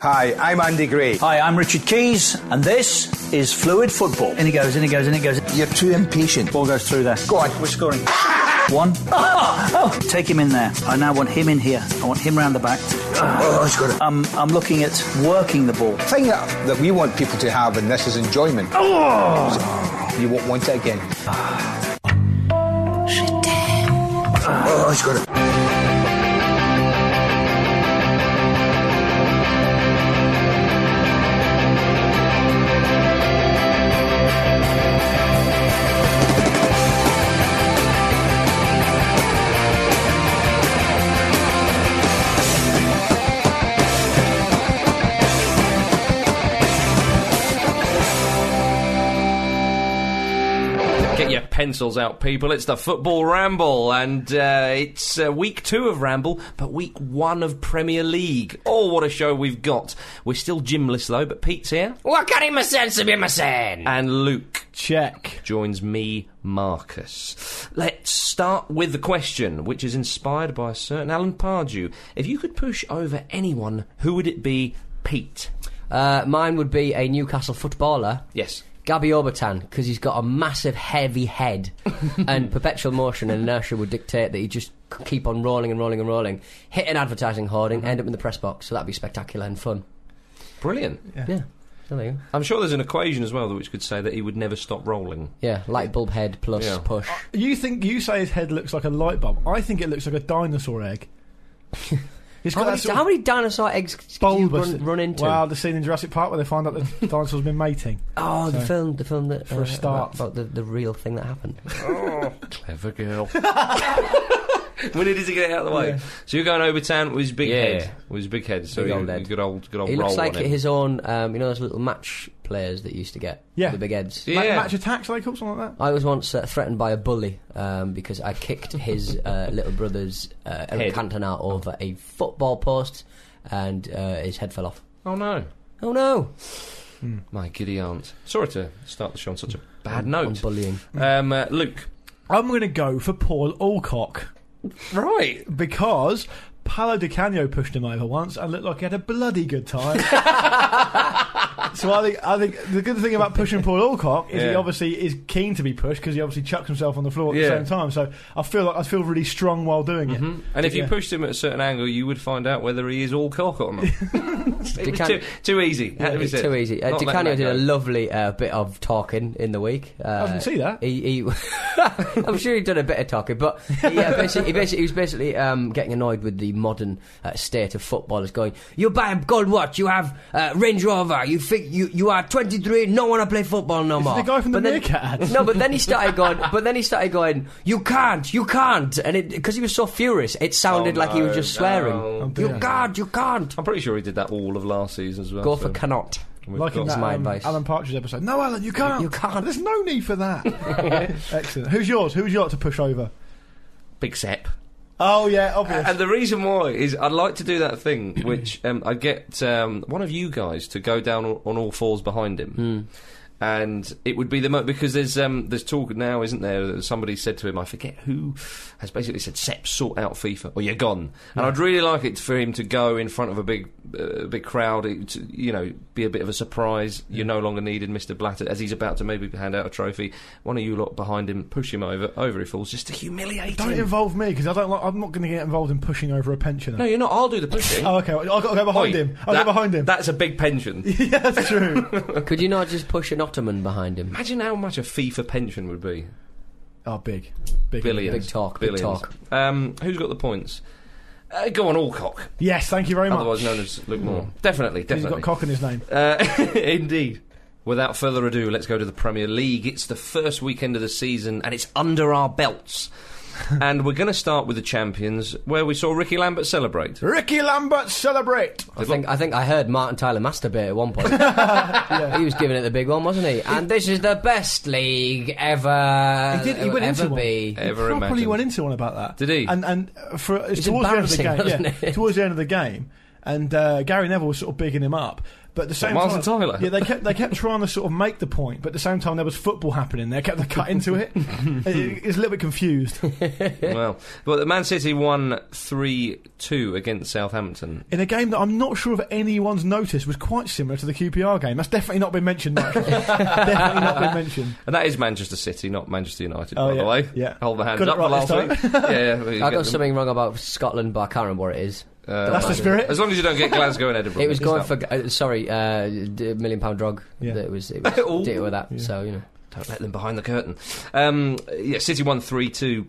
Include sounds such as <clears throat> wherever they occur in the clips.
Hi, I'm Andy Gray. Hi, I'm Richard Keys, and this is Fluid Football. In it goes, in it goes, in it goes. You're too impatient. Ball goes through there. Go on. We're scoring. One. <laughs> Oh, oh. Take him in there. I now want him in here. I want him round the back. Oh, he's got it. I'm, I'm looking at working the ball. The thing that, that we want people to have in this is enjoyment. Oh. You won't want it again. Oh, he's got it. Get your pencils out, people. It's the Football Ramble, and uh, it's uh, week two of Ramble, but week one of Premier League. Oh, what a show we've got. We're still gymless, though, but Pete's here. What can he sense of him saying? And Luke Check. joins me, Marcus. Let's start with the question, which is inspired by a certain Alan Pardew. If you could push over anyone, who would it be? Pete. Uh, mine would be a Newcastle footballer. Yes. Gabby Obertan, because he's got a massive, heavy <laughs> head, and perpetual motion and inertia would dictate that he just c- keep on rolling and rolling and rolling, hit an advertising Mm-hmm. hoarding, end up in the press box. So that'd be spectacular and fun. Brilliant. Yeah, So there you go. I'm sure there's an equation as well which could say that he would never stop rolling. Yeah, light bulb head plus Yeah. push. You think you say his head looks like a light bulb? I think it looks like a <laughs> dinosaur egg. He's How got many, that sort how of many dinosaur eggs did you bulbous. run, run into? Well, the scene in Jurassic Park where they find out <laughs> the dinosaur's been mating. oh, the sorry. film, the film that For a about- start. about, the, the real thing that happened. Clever <laughs> girl. we needed to get it out of the way. So you're going over town with his big Yeah. head. With his big head. So Big you- old head. good old, good old He roll looks like on him. his own, um, you know, those little match players that you used to get. Yeah. the big heads. Ma- Yeah. Match attacks, they call something like that. I was once uh, threatened by a bully um, because I kicked his uh, little brother's uh, Eric Head. Cantona over a football post, and uh, his head fell off. Oh no. Oh no! My giddy aunt. Sorry to start the show on such a bad On note. bullying. Um, uh, Luke. I'm going to go for Paul Alcock Right. because Paolo Di Canio pushed him over once and looked like he had a bloody <laughs> good time. so I think I think the good thing about pushing Paul Alcock is he Yeah. obviously is keen to be pushed because he obviously chucks himself on the floor at Yeah. the same time. So I feel like I feel really strong while doing it. Mm-hmm. And if you Yeah. pushed him at a certain angle, you would find out whether he is all cock <laughs> or not. it was Decan- too, too easy. Had to be It's said. too easy. Uh, Not Di letting Canio that did a go. lovely uh, bit of talking in the week. Uh, I didn't see that. He, <laughs> he I'm sure he'd done a bit of talking, but he, uh, basically, he, basically, he was basically um, getting annoyed with the modern uh, state of footballers going, You buy a gold watch, you have uh, Range Rover, you think you, you are 23, no want to play football no Is more. the guy from the But then- Meerkat ads? No, but then he started going. But then he started going. You can't, you can't, and because he was so furious, it sounded Oh, like he was no, just swearing. no. Oh, you dear. can't, you can't. I'm pretty sure he did that all of last season as well. Go so for cannot. we've Like in got- that my um, advice. Alan Partridge episode. No, Alan, you can't. You can't. There's no need <laughs> for that. Excellent. Who's yours? Who's yours to push over? Big Sep. Oh yeah, obvious. And the reason why is I'd like to do that thing, which <clears throat> um, I get um, one of you guys to go down on on all fours behind him. And it would be the mo because there's um, there's talk now, isn't there? That somebody said to him, I forget who, has basically said, "Sep, sort out FIFA, or you're gone." And I'd really like it for him to go in front of a big, uh, big crowd. It, to, you know, be a bit of a surprise. You're no longer needed, Mister Blatter, as he's about to maybe hand out a trophy. One of you lot behind him, push him over, over he falls, just to humiliate don't him. involve me because I don't. Like, I'm not going to get involved in pushing over a pensioner. no, you're not. I'll do the pushing. Oh, okay. Well, I've got to go behind Oi, him. I'll that- go behind him. That's a big pension. <laughs> yeah, that's true. Could you not just push an ottoman behind him? Imagine how much a FIFA pension would be. oh, big, big, Billions. Mm, Big talk, big Billions. talk. Um, who's got the points? Uh, go on, Allcock. Yes, thank you very much. Otherwise known as Luke Moore. Mm. Definitely, He's got definitely. cock in his name. Uh, <laughs> indeed. Without further <laughs> ado, let's go to the Premier League. It's the first weekend of the season, and it's under our belts. and we're going to start with the champions, where we saw Ricky Lambert celebrate. Ricky Lambert celebrate. I think I think I heard Martin Tyler masturbate at <laughs> one point. He was giving it the big one, wasn't he? And this is the best league ever. He did- he will went into ever one. be. Ever properly imagined. went into one about that. Did he? And and uh, for it's towards the end of the embarrassing, game, wasn't yeah, it? towards the end of the game, and uh, Gary Neville was sort of bigging him up. But at the same Miles time, and Tyler. yeah, they kept they kept trying to sort of make the point, but at the same time there was football happening. They kept the cut <laughs> into it. It- it's a little bit confused well, but the Man City won three two against Southampton. in a game that I'm not sure if anyone's noticed was quite similar to the QPR game. That's definitely not been mentioned. Mike. <laughs> definitely not been mentioned. And that is Manchester City, not Manchester United, Oh, by yeah, the way. yeah. Hold my hands Got it up for right last this week. <laughs> yeah, yeah, you I get them. got something wrong about Scotland, but I can't remember what it is. Uh, That's the spirit. As long as you don't get Glasgow and Edinburgh. It was mixed going up. for uh, sorry, uh, d- million pound drug. Yeah. Oh. That It was <laughs> it was deal with that. So you know, Don't let them behind the curtain. Um, yeah, City won 3 2.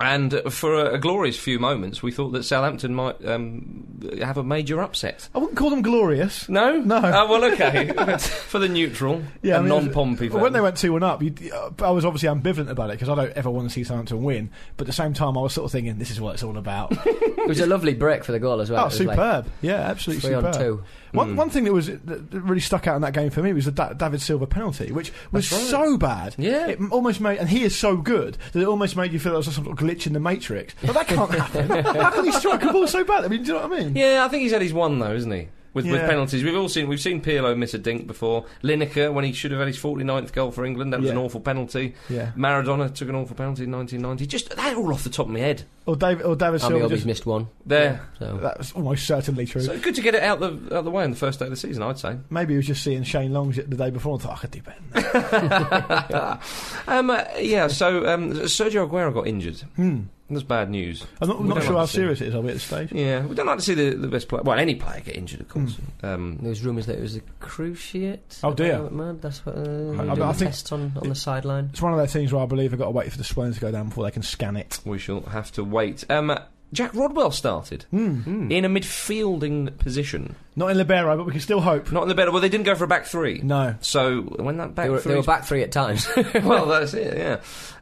And uh, for a, a glorious few moments, we thought that Southampton might um, have a major upset. I wouldn't call them glorious. No? No. Oh, well, <laughs> okay. <laughs> for the neutral Yeah, and I mean, non Pompey fan. When they went 2 1 up, you, uh, I was obviously ambivalent about it because I don't ever want to see Southampton win. But at the same time, I was sort of thinking, this is what it's <laughs> all about. it was a lovely break for the goal as well. oh, It was like superb. yeah, absolutely three on superb. two. Hmm. One, one thing that was that that really stuck out in that game for me was the da- David Silva penalty, which was so bad. Yeah. It m- almost made, and he is so good that it almost made you feel there was some sort of glitch in the Matrix. But that can't <laughs> happen. How can he strike a ball so bad? I mean, do you know what I mean? Yeah, I think he's had his one, though, isn't he? With, with Yeah. penalties, we've all seen we've seen Pirlo miss a dink before. Lineker when he should have had his 49th goal for England, that was Yeah. an awful penalty. Yeah. Maradona took an awful penalty in 1990. Just that all off the top of my head. Or David, or David Abby Silva. Obi's Just, missed one. There, So that was almost certainly true. so good to get it out the out the way on the first day of the season, I'd <laughs> say. Maybe he was just seeing Shane Longs the day before and thought, I could do better. than that." <laughs> Um, uh, yeah, so um, Sergio Aguero got injured. Hmm. That's bad news. I'm not, We not don't sure like how to see it. serious it is. I'll be at the stage. Yeah, we don't like to see the, the best player, well, any player get injured, of course. Hmm. Um, there was rumours that it was a cruciate. Oh, dear. Uh, man, That's what uh, I- I doing think- tests on on the sideline. It's one of those things where I believe I've got to wait for the swelling to go down before they can scan it. we shall have to wait. Um, Jack Rodwell started Hmm. in a midfielding position. Not in libero, but we can still hope. Not in the better. Well, they didn't go for a back three. No. So when that back They were, three, they were back three at times. <laughs> <laughs> well, that's it. Yeah.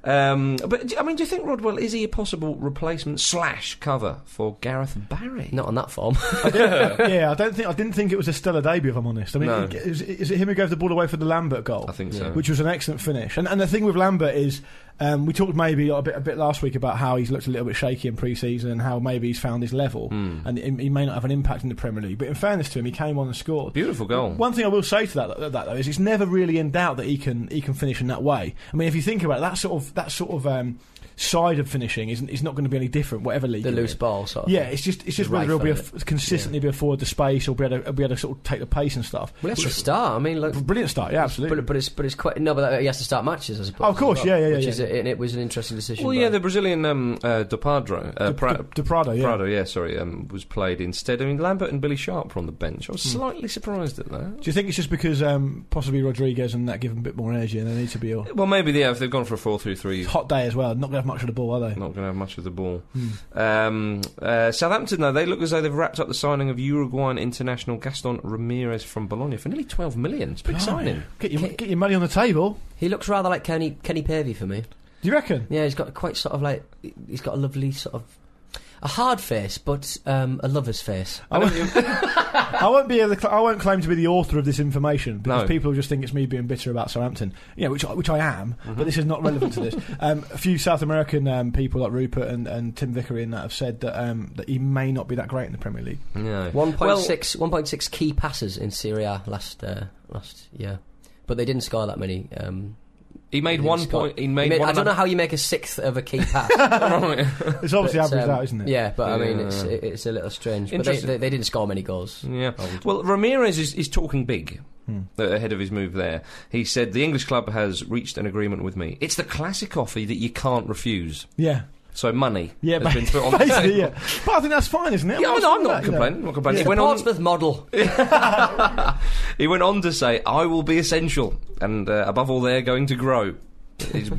Um, but do- I mean, do you think Rodwell is he a possible replacement slash cover for Gareth Barry? Not on that form. <laughs> <laughs> yeah, I don't think I didn't think it was a stellar debut. If I'm honest, I mean, No. is, is it him who gave the ball away for the Lambert goal? I think so. which was an excellent finish. And, and the thing with Lambert is, um, we talked maybe a bit a bit last week about how he's looked a little bit shaky in pre-season and how maybe he's found his level, Hmm. and he, he may not have an impact in the Premier League. But in fairness to him, he came on and scored. Beautiful goal. One thing I will say to that, that though is it's never really in doubt that he can he can finish in that way. I mean, if you think about it, that sort of that sort of um, side of finishing isn't is not going to be any different, whatever league. the you're loose in. ball sort of. Yeah, thing. it's just it's just The whether he'll be a, right f- consistently be afforded the space or be able to be able to sort of take the pace and stuff. Well, that's a start. I mean, look, Brilliant start, yeah, absolutely. But, but it's but it's quite no, but he has to start matches. I suppose. Oh, of course, as well, yeah, yeah, yeah, Which is yeah. a, and it was an interesting decision. Well, yeah, by- the Brazilian um, uh, Depadro, uh, De- Pra- De- De Prado, yeah. Prado, yeah, sorry, um, was played instead. I mean, Lambert and Billy Sharp were on the bench. I Hmm. was slightly surprised at that. Do you think it's just because um, possibly Rodriguez and that give him a bit more energy and they need to be all Well, maybe yeah, if they've gone for a four-three-three, hot day as well? Not gonna have much of the ball, are they? not going to have much of the ball. Hmm. Um, uh, Southampton, though, they look as though they've wrapped up the signing of Uruguayan international Gaston Ramirez from Bologna for nearly 12 million. It's a big signing. Get your get your money on the table. he looks rather like Kenny Kenny Purvey for me. Do you reckon? Yeah, he's got quite sort of like he's got a lovely sort of a hard face, but um, a lover's face. I don't think- I won't be. able to cl- I won't claim to be the author of this information because No. people just think it's me being bitter about Southampton. You know, which I, which I am, Mm-hmm. but this is not relevant <laughs> to this. Um, a few South American um, people like Rupert and, and Tim Vickery and that have said that um, that he may not be that great in the Premier League. no. 1.6, Well, 1.6 key passes in Syria last uh, last year, but they didn't score that many. Um, he made they one didn't score- point. He made, one I don't know how you make a sixth of a key <laughs> pass. but, how. It's obviously averaged um, out, isn't it? Yeah, but I mean, it's Yeah. it- it's a little strange. But they, Interesting. Mm. they, they didn't score many goals. Yeah. Well, Ramirez is, is talking big Hmm. uh, ahead of his move there. He said, The English club has reached an agreement with me. It's the classic offer that you can't refuse. Yeah. So money Yeah, has been <laughs> put on the table. basically, yeah. But I think that's fine, isn't it? Yeah, I'm no, I'm with not that, you know. complaining. Not complaining. It's He, the went on, Portsmouth model. he went on to say, I will be essential and uh, above all, they're going to grow. <laughs> his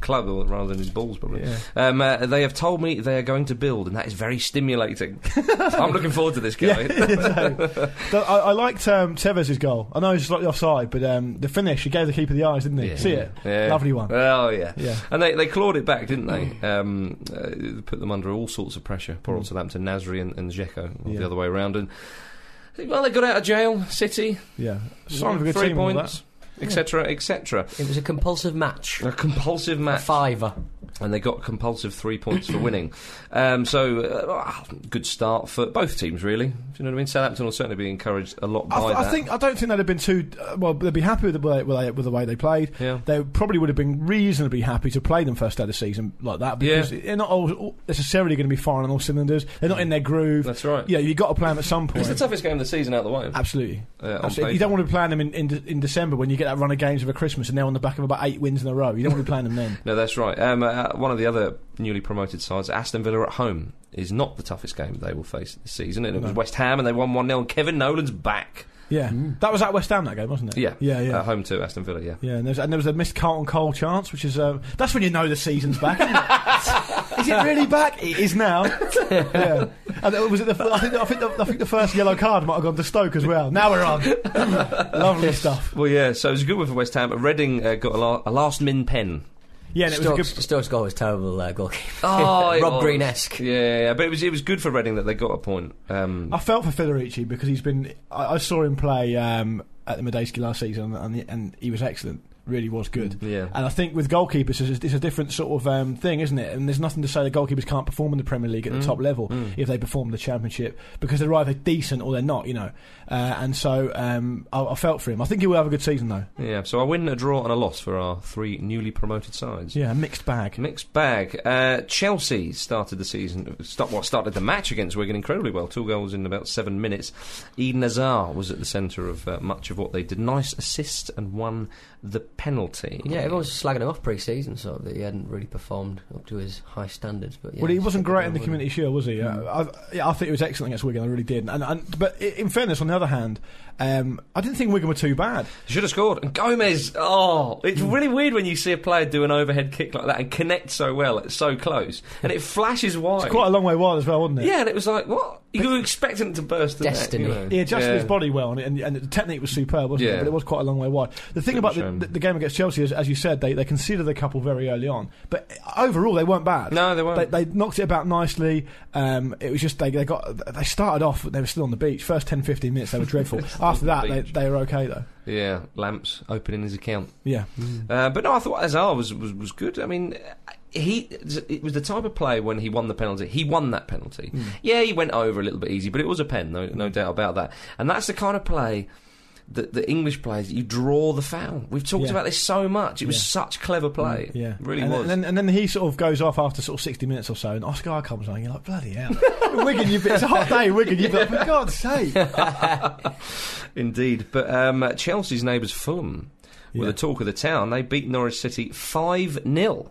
club rather than his balls, probably. Yeah. Um, uh, they have told me they are going to build, and that is very <laughs> stimulating. I'm looking forward to this guy. so, I, I liked um, Tevez's goal. I know he's slightly offside, but um, the finish, he gave the keeper the eyes, didn't he? See it? Yeah. Lovely one. Oh yeah, Yeah. And they, they clawed it back, didn't they? Um, uh, put them under all sorts of pressure. Poor old Southampton, Nasri and, and Dzeko, or Mm. Yeah. the other way around. And well, they got out of jail. City yeah. Sign of a good three team, all points, etc., etc. It was a compulsive match. A compulsive A match, fiver. and they got compulsive three points for winning. Um, so, uh, ah, good start for both teams, really. Do you know what I mean? Southampton will certainly be encouraged a lot by I, th- that. I think I don't think they'd have been too uh, well. They'd be happy with the way with, the- with the way they played. Yeah. They probably would have been reasonably happy to play them first out of the season like that because Yeah. they're not all, all necessarily going to be firing on all cylinders. They're not in their groove. That's right. Yeah, you've got to play them at some point. it's the toughest game of the season out of the way. Absolutely. Uh, on Absolutely. paper. You don't want to be playing them in, in, De- in December when you get that run of games over Christmas and they're on the back of about eight wins in a row. You don't want to be playing <laughs> them then. No, that's right. Um, uh, one of the other newly promoted sides, Aston Villa at home, is not the toughest game they will face this season. And it was West Ham, and they won 1 0. And Kevin Nolan's back. Yeah. That was at West Ham that game, wasn't it? Mm. Yeah. Yeah, yeah. Uh, home to Aston Villa, yeah. yeah, and there, was, and there was a missed Carlton Cole chance, which is um, that's when you know the season's back. isn't it? is it <laughs> really back? It is now. yeah. And it was it the, fir- I, think, I, think the, I think the first yellow card might have gone to Stoke as well. Now we're on. <laughs> Lovely stuff. Well, yeah, so it was a good one for West Ham. Reading uh, got a, la- a last min pen. Yeah, and it was a Stokes, good. Stokes' goal was terrible uh, goalkeeper. <laughs> Oh, Oh, it Rob was. Green esque. Yeah, yeah, but it was it was good for Reading that they got a point. Um, I felt for Federici because he's been. I, I saw him play um, at the Medeski last season, and, the, and he was excellent. Really was good. yeah. And I think with goalkeepers, it's, it's a different sort of um, thing, isn't it? And there's nothing to say that goalkeepers can't perform in the Premier League at the top level if they perform in the Championship because they're either decent or they're not, you know. Uh, and so um, I, I felt for him. I think he will have a good season though. yeah, so a win, a draw, and a loss for our three newly promoted sides. Yeah, a mixed bag. Mixed bag. Uh, Chelsea started the season, start, well, started the match against Wigan incredibly well. Two goals in about seven minutes. Eden Hazard was at the centre of uh, much of what they did. Nice assist and won the penalty. Yeah, everyone was slagging him off pre season, so that he hadn't really performed up to his high standards. But yeah, well, he he's wasn't got great in the goal, wasn't Community Shield, was he? Uh, I, yeah, I think he was excellent against Wigan. I really did. And, and but i- in fairness, on the other hand, um, I didn't think Wigan were too bad. Should have scored. And Gomez, oh, it's Mm. really weird when you see a player do an overhead kick like that and connect so well, it's so close, and it flashes wide. It's quite a long way wide as well, wasn't it? yeah, and it was like, what? You were expecting it to burst the net, Destiny. you know? He adjusted Yeah. his body well, and, and, and the technique was superb, wasn't Yeah. um, it? But it was quite a long way wide. The thing about the, shame. the, the game against Chelsea is, as you said, they, they conceded the couple very early on. But overall, they weren't bad. No, they weren't. They, they knocked it about nicely. Um, it was just they, they got they started off, they were still on the beach. First 10, 15 minutes, they <laughs> were dreadful. After that, the they, beach. they were okay, though. Yeah, Lamps opening his account. Yeah. Uh, but no, I thought Hazard was, was, was good. I mean, he it was the type of play when he won the penalty. He won that penalty. Yeah, he went over a little bit easy, but it was a pen, no, no doubt about that. And that's the kind of play that the English players you draw the foul. We've talked Yeah. about this so much. It was such clever play. Yeah, really and, was. And then, and then he sort of goes off after sort of sixty minutes or so, and Oscar comes on. And you're like, bloody <laughs> hell, Wigan, you've been, it's a hot day, Wigan. You've been, for God's sake. Indeed, but um, uh, Chelsea's neighbours Fulham were Yeah. the talk of the town. They beat Norwich City five 0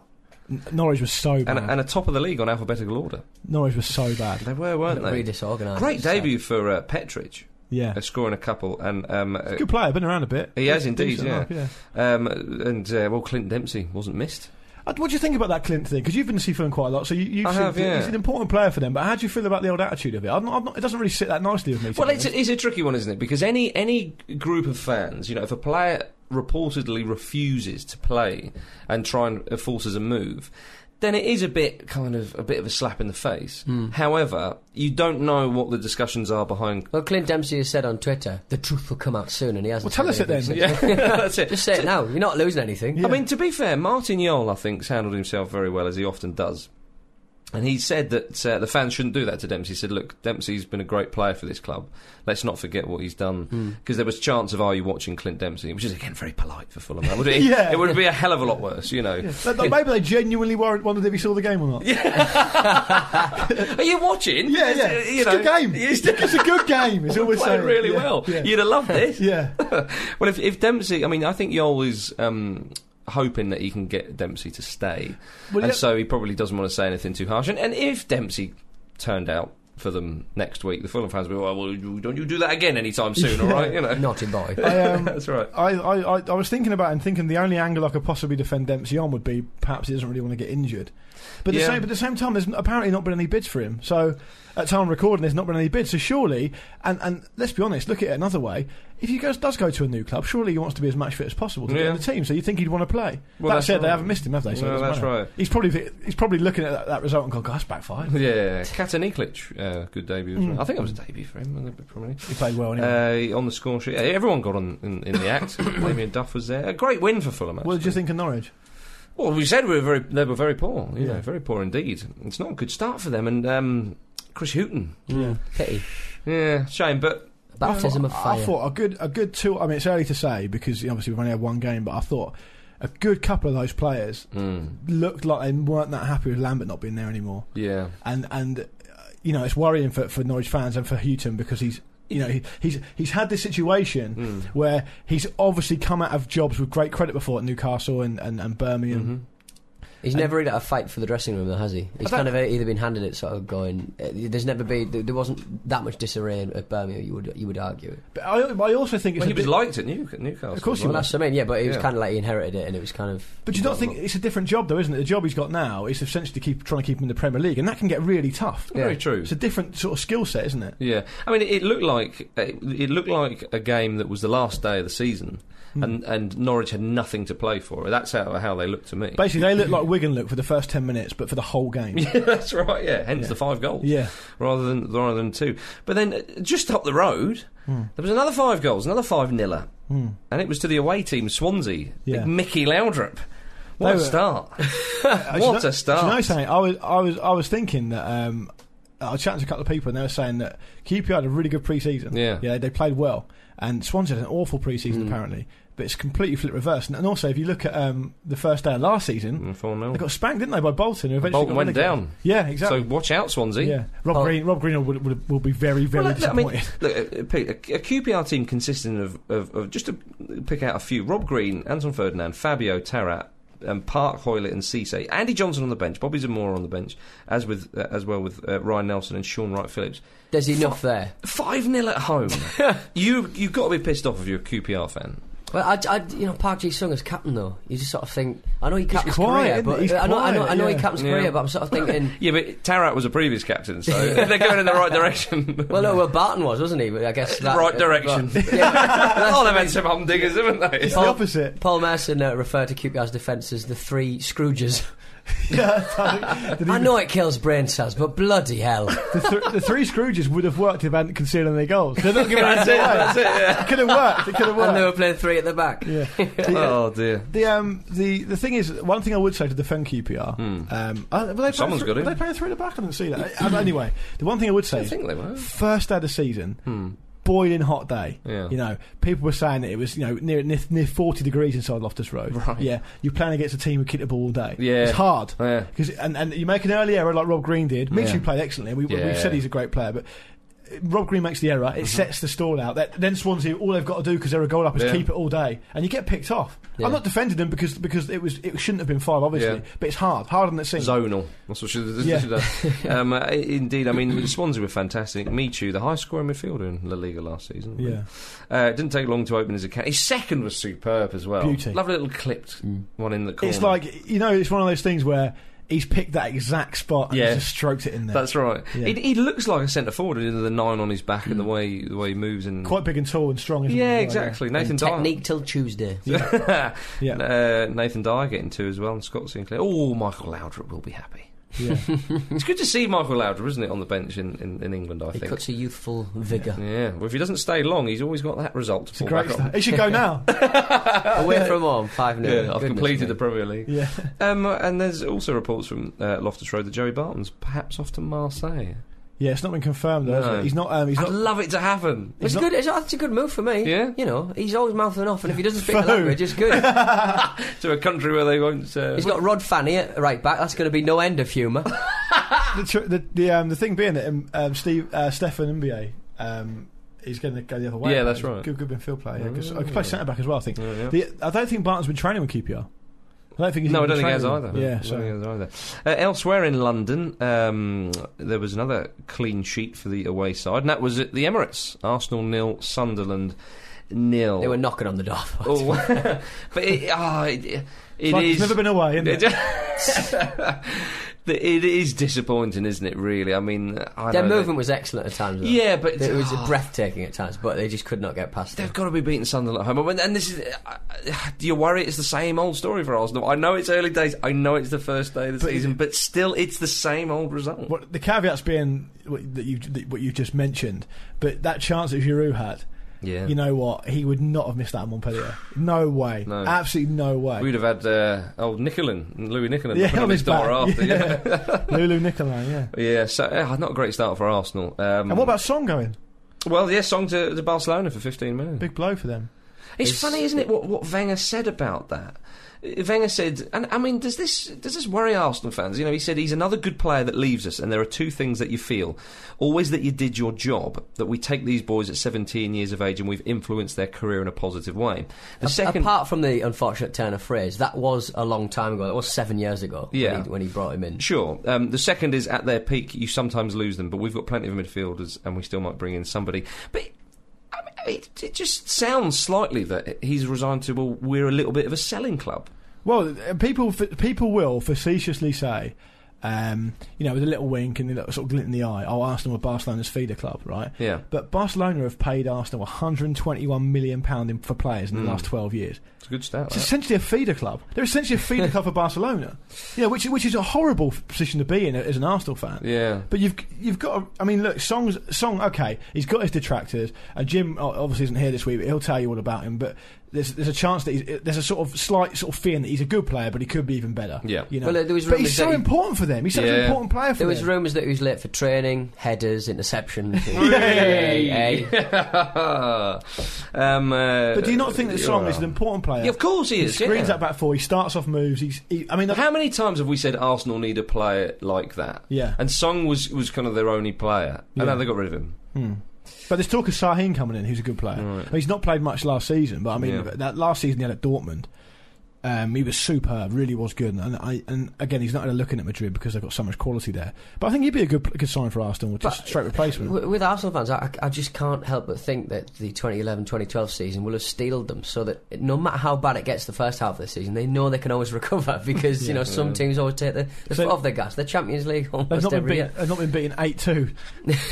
Norwich was so bad. and, and a top of the league on alphabetical order. Norwich was so bad. They were, he? weren't Really they? disorganised. Great So- debut for uh, Petrich. Yeah, uh, scoring a couple, and um, uh, good player. Been around a bit. he has indeed, Decent yeah. enough, yeah. Um, and uh, well, Clint Dempsey wasn't missed. Uh, What do you think about that Clint thing? Because you've been to see Fulham quite a lot, so you, you've I seen, have, yeah. he's an important player for them. But how do you feel about the old attitude of it? I'm not, I'm not, it doesn't really sit that nicely with me. to Well, be it's honest. a, it's a tricky one, isn't it? Because any any group of fans, you know, if a player reportedly refuses to play and try and uh, forces a move. Then it is a bit kind of a bit of a slap in the face. Hmm. However, you don't know what the discussions are behind. Well, Clint Dempsey has said on Twitter, the truth will come out soon, and he hasn't. Well, tell said us anything it then. since. Yeah, <laughs> that's it. <laughs> Just say it now. You're not losing anything. I mean, to be fair, Martin Yol, I think, handled himself very well, as he often does. And he said that uh, the fans shouldn't do that to Dempsey. He said, look, Dempsey's been a great player for this club. Let's not forget what he's Hmm. done. Because there was chance of, are you watching Clint Dempsey? Which is, again, very polite for Fulham. That would be, <laughs> Yeah. It would be a hell of a lot worse, you know. Like, <laughs> like, maybe they genuinely weren't wondered if he saw the game or not. Yeah, Are you watching? yeah, yeah. It's, uh, <laughs> you it's know, a good game. He's It's a good <laughs> game. It's always playing saying. really Yeah, well. Yeah. You'd have loved this. <laughs> yeah. <laughs> well, if, if Dempsey, I mean, I think Yol is um, hoping that he can get Dempsey to stay, Well, and yeah. so he probably doesn't want to say anything too harsh. And, and if Dempsey turned out for them next week, the Fulham fans will be "Oh, well, well, you- don't you do that again anytime <laughs> soon, all right? You know, <laughs> Naughty boy. I, um, that's right. I, I, I, I was thinking about it and thinking the only angle I could possibly defend Dempsey on would be perhaps he doesn't really want to get injured. But, Yeah. the same, but at the same time, there's apparently not been any bids for him. So at time of recording, there's not been any bids. So surely, and, and let's be honest, look at it another way. If he goes, does go to a new club, surely he wants to be as match fit as possible to get Yeah. in the team. So you think he'd want to play? Well, that that's said, they right. haven't missed him, have they? So No, it doesn't that's matter. right. He's probably he's probably looking at that, that result and gone, "God, <laughs> that's backfired." Yeah, Kataniklic, uh, good debut. Hmm. As well. I think it was a debut for him in the Premier League. He played well anyway. Uh, on the score sheet, everyone got on in, in the <coughs> act. Damien Duff was there. A great win for Fulham. Actually. what did you think of Norwich? Well, we said we were very, they were very poor. You Yeah. know, very poor indeed. It's not a good start for them. And um, Chris Houghton, Mm, Pity. yeah, shame. But Baptism I of thought, fire. I thought a good a good two. I mean, it's early to say because you know, obviously we've only had one game, but I thought a good couple of those players Hmm, looked like they weren't that happy with Lambert not being there anymore, yeah, and and uh, you know it's worrying for for Norwich fans and for Houghton because he's. You know, he, he's he's had this situation Hmm. where he's obviously come out of jobs with great credit before at Newcastle and, and, and Birmingham. Mm-hmm. He's never really had a fight for the dressing room, though, has he? He's kind of either been handed it, sort of going. Uh, there's never been. There there wasn't that much disarray at Birmingham. You would you would argue. But I, I also think it's well, he a was bit- liked at New- Newcastle. Of course he wasn't Well, that's what I mean. Yeah, but it was Yeah. kind of like he inherited it, and it was kind of. But you don't think it's a different job, though, isn't it? The job he's got now is essentially to keep trying to keep him in the Premier League, and that can get really tough. Very Yeah. true. It's a different sort of skill set, isn't it? Yeah, I mean, it, it looked like it, it looked like a game that was the last day of the season, and and Norwich had nothing to play for. That's how how they looked to me. Basically, they look like Wigan look for the first ten minutes, but for the whole <laughs> game. Yeah, that's right. Yeah, hence the five goals. Yeah. rather than rather than two. But then uh, just up the road, Hmm. there was another five goals, another five niller, and it was to the away team Swansea. Yeah. Big Mickey Laudrup. What They a were- <laughs> start! Uh, do you what know- a start! Do you know something? I was, I was, I was thinking that. Um, I was chatting to a couple of people, and they were saying that QPR had a really good pre-season. Yeah. Mm. yeah, they played well, and Swansea had an awful pre-season apparently. But it's completely flip reverse. And, and also, if you look at um, the first day of last season, Mm, 4-0. they got spanked, didn't they, by Bolton? Who eventually Bolton got relegated. went down. Yeah, So exactly. watch out, Swansea. Yeah, Rob Oh. Green. Rob Green will, will, will be very, very Well, I disappointed. mean, <laughs> look, uh, Pete, a, a QPR team consisting of, of, of just to pick out a few: Rob Green, Anton Ferdinand, Fabio Tarrat, um, Park Hoylett, and Cisse. Andy Johnson on the bench, Bobby Zamora on the bench, as with uh, as well with uh, Ryan Nelson and Sean Wright Phillips. There's enough there. Five 0 at <laughs> home. you you've got to be pissed off if you're a QPR fan. Well, I, I, you know, Park Ji Sung as captain though. You just sort of think. I know he captains quiet, Korea, isn't but he? He's I know, I know, I know quiet, he captains yeah. Korea, Yeah. but I'm <laughs> sort of thinking. Yeah, but Tarrat was a previous captain, <laughs> so they're going in the right <laughs> direction. Well, no, well, Barton was, wasn't he? But I <laughs> guess that, right uh, direction. but- yeah, that's oh, the they've had reason. some humdingers, haven't they? the opposite. <laughs> Paul Merson uh, referred to QPR's defence as the three Scrooges. Yeah, the, I know it kills brain cells, but bloody hell. the, th- the three Scrooges would have worked if they hadn't concealed any goals. They're <laughs> not giving That's us it, away. that's it, <laughs> <laughs> yeah. It could have worked. It could have and they were worked. playing three at the back. Yeah. The, Oh dear. the, um, the the thing is, one thing I would say to defend QPR, um, uh, were they playing Hmm. Someone's through, got it. were they playing through the back? I didn't see that. Uh, anyway, the one thing I would say, I is think they were. first day of the season, boiling hot day. Hmm. Yeah. You know, people were saying that it was you know near near, near forty degrees inside Loftus Road. Right. Yeah, you're playing against a team who kicked the ball all day. Yeah. it's hard. Yeah. because and, and you make an early error like Rob Green did. Mitchell Yeah. played excellently. We, Yeah. Mm-hmm. We've said he's a great player, but. uh, Rob Green makes the error. It sets the stall out. That, then Swansea, all they've got to do because they're a goal up is Yeah. keep it all day, and you get picked off. Yeah. I'm not defending them because because it was it shouldn't have been five, obviously, Yeah. but it's hard, harder than it seems. Zonal. That's what she Yeah. yeah. <laughs> um, uh, Indeed, I mean, Swansea were fantastic. Michu, the high scoring midfielder in La Liga last season. Yeah. Uh, it didn't take long to open his account. His second was superb as well. Beauty. Lovely little clipped Mm. one in the corner. It's like you know, it's one of those things where he's picked that exact spot and Yeah. he's just stroked it in <laughs> there. That's right. Yeah. Mm. He, he looks like a centre forward with the nine on his back and the way the way he moves and quite big and tall and strong. Isn't yeah, he? exactly. Nathan And Dyer. <laughs> technique till Tuesday. Yeah. Uh, Nathan Dyer getting two as well, and Scott Sinclair. Oh, Michael Laudrup will be happy. Yeah. It's good to see Michael Laudrup, isn't it, on the bench in, in, in England? I He think. cuts a youthful vigour. Yeah, well, if he doesn't stay long, he's always got that result to It's <laughs> a fall great back on. start. He should go now. Away from home, 5 0. Yeah, I've completed the Premier League. yeah. Um, and there's also reports from uh, Loftus Road that Joey Barton's perhaps off to Marseille. Yeah, it's not been confirmed though. has No. it? He's not. Um, he's I'd not. love it to happen. It's not- good. It's, that's a good move for me. Yeah? you know, he's always mouthing off, and if he doesn't speak the For who? language, it's good. <laughs> to a country where they won't. Uh, he's got Rod Fanny at right back. That's going to be no end of humour. Ah! The, tr- the, the, um, the thing being that um, um, Steve uh, Stefan Mba, um he's going to go the other way. Yeah, that's He's a right. Oh. Good, good midfield player. Yeah, 'cause I could play centre back as well. I think. yeah. The, I don't think Barton's been training with QPR. I don't think he's No, I even don't think he has training. either. I Yeah, don't so think he has either. Uh, elsewhere in London, um, there was another clean sheet for the away side, and that was at the Emirates. Arsenal nil, Sunderland nil. <laughs> They were knocking on the door. Oh, <laughs> but it, ah, it, it it's, like is- it's never been away, isn't it? <laughs> it is disappointing, isn't it? Really, I mean, I Their know that- movement was excellent at times. though. Yeah, but- it was breathtaking at times, but they just could not get past it. They've got to be beating Sunderland at home. I mean, and this is. Uh, do you worry it's the same old story for Arsenal? I know it's early days. I know it's the first day of the But- season, but still, it's the same old result. What, the caveats being what, that you that, what you've just mentioned, but that chance that Giroud had, Yeah. you know what? He would not have missed that at Montpellier. No way. No. Absolutely no way. We'd have had uh, old Nicolin, Louis Nicolin, Yeah, knocking on on his his door back. after. Yeah, <laughs> yeah. Lulu Nicolai, yeah. so uh, not a great start for Arsenal. Um, And what about Song going? Well, yeah, song to, to Barcelona for 15 minutes. Big blow for them. It's, It's- funny, isn't it, what, what Wenger said about that? Uh, Wenger said, and I mean, does this does this worry Arsenal fans? You know, he said he's another good player that leaves us, and there are two things that you feel: always that you did your job, that we take these boys at 17 years of age and we've influenced their career in a positive way. The second, Apart from the unfortunate turn of phrase, that was a long time ago. That was seven years ago. when Yeah. he- when he brought him in. Sure. Um, the second is at their peak, you sometimes lose them, but we've got plenty of midfielders, and we still might bring in somebody. But I mean, it, it just sounds slightly that he's resigned to. Well, we're a little bit of a selling club. Well, uh, people f- people will facetiously say, um, you know, with a little wink and a little sort of glint in the eye, oh, Arsenal are Barcelona's feeder club, right? Yeah. But Barcelona have paid Arsenal 121 million pound in, for players Mm. in the last 12 years. It's a good stat. It's that. essentially a feeder club. They're essentially <laughs> a feeder club for Barcelona. Yeah, which which is a horrible f- position to be in as an Arsenal fan. Yeah. But you've you've got. to- I mean, look, songs song. Okay, he's got his detractors, and Jim o- obviously isn't here this week, but he'll tell you all about him. But there's there's a chance that he's, there's a sort of slight sort of feeling that he's a good player, but he could be even better. Yeah. you know. Well, there was but he's rumours that so he- important for them. He's such an Yeah. important player for There them. was rumours that he was late for training, headers, interceptions. <laughs> Hey! Hey, hey. <laughs> um, uh, but do you not think that you're Song is right. an important player? Yeah, of course he He is. screens yeah. that back four. He starts off moves. He's. He, I mean, How many times have we said Arsenal need a player like that? Yeah. And Song was, was kind of their only player. And now they got rid of him. But there's talk of Sahin coming in, who's a good player. He's not played much last season, but I mean, Yeah. that last season he had at Dortmund, um, he was superb, really was good. And I, and again, he's not had a look in at Madrid because they've got so much quality there. But I think he'd be a good, good sign for Arsenal, just But- straight replacement. With with Arsenal fans, I, I just can't help but think that the 2011-2012 season will have steeled them, so that no matter how bad it gets the first half of the season, they know they can always <laughs> recover because you know some teams always take the, the So- foot off their gas. They're Champions League <laughs> They've almost not been, every beaten, year. they've not been beaten <laughs> 8 2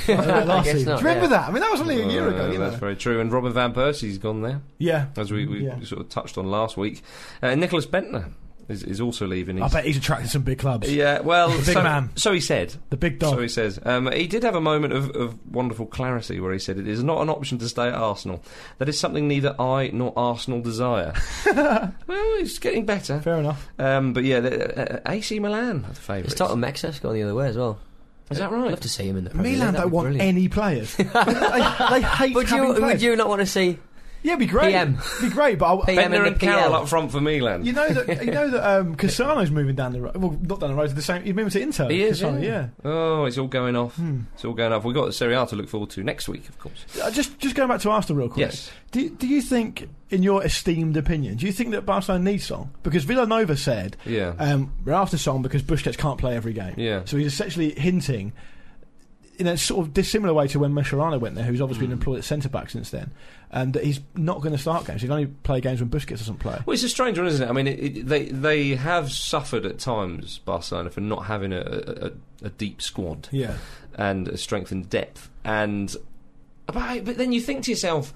I last guess season. not, Do you remember yeah. that? I mean, that was only a year Uh, ago. you that's know. very true. And Robin Van Persie's gone there, Yeah. as we, we Yeah. sort of touched on last week. Uh, Nicholas Bentner is, is also leaving. I He's- bet he's attracted some big clubs. Yeah, well, <laughs> Big so, man. so he said. The big dog. So he says. Um, he did have a moment of, of wonderful clarity where he said, It is not an option to stay at Arsenal. That is something neither I nor Arsenal <laughs> desire. well, it's getting better. Fair enough. Um, but yeah, the, uh, AC Milan are the It's favourites. Tottenham Excess going the other way as well. Is that I'd right? love to see him in the Premier Milan League. That'd don't be want brilliant. <laughs> any players. they, they- they hate Would having you, would players. you not want to see? Yeah, it'd be great. PM. It'd be great, but I, PM. Bender in the and Carroll PL. up front for Milan. You know that you know that um, Cassano's moving down the road. Well, not down the road to the same. He's moving to Inter. he is, Cassano, yeah. Oh, it's all going off. Hmm. It's all going off. We've got the Serie A to look forward to next week, of course. Uh, Just just going back to Arsenal real quick. Yes. Do, do you think, in your esteemed opinion, do you think that Barcelona needs Song? Because Villanova said, Yeah. um, we're after Song because Busquets can't play every game. Yeah. So he's essentially hinting. In a sort of dissimilar way to when Mascherano went there, who's obviously Hmm. been employed at centre back since then, and that he's not going to start games. He's only play games when Busquets doesn't play. Well, it's a strange one, isn't it? I mean, it, it, they they have suffered at times Barcelona for not having a, a, a- a deep squad Yeah, and a strength and depth, and but, I- but then you think to yourself,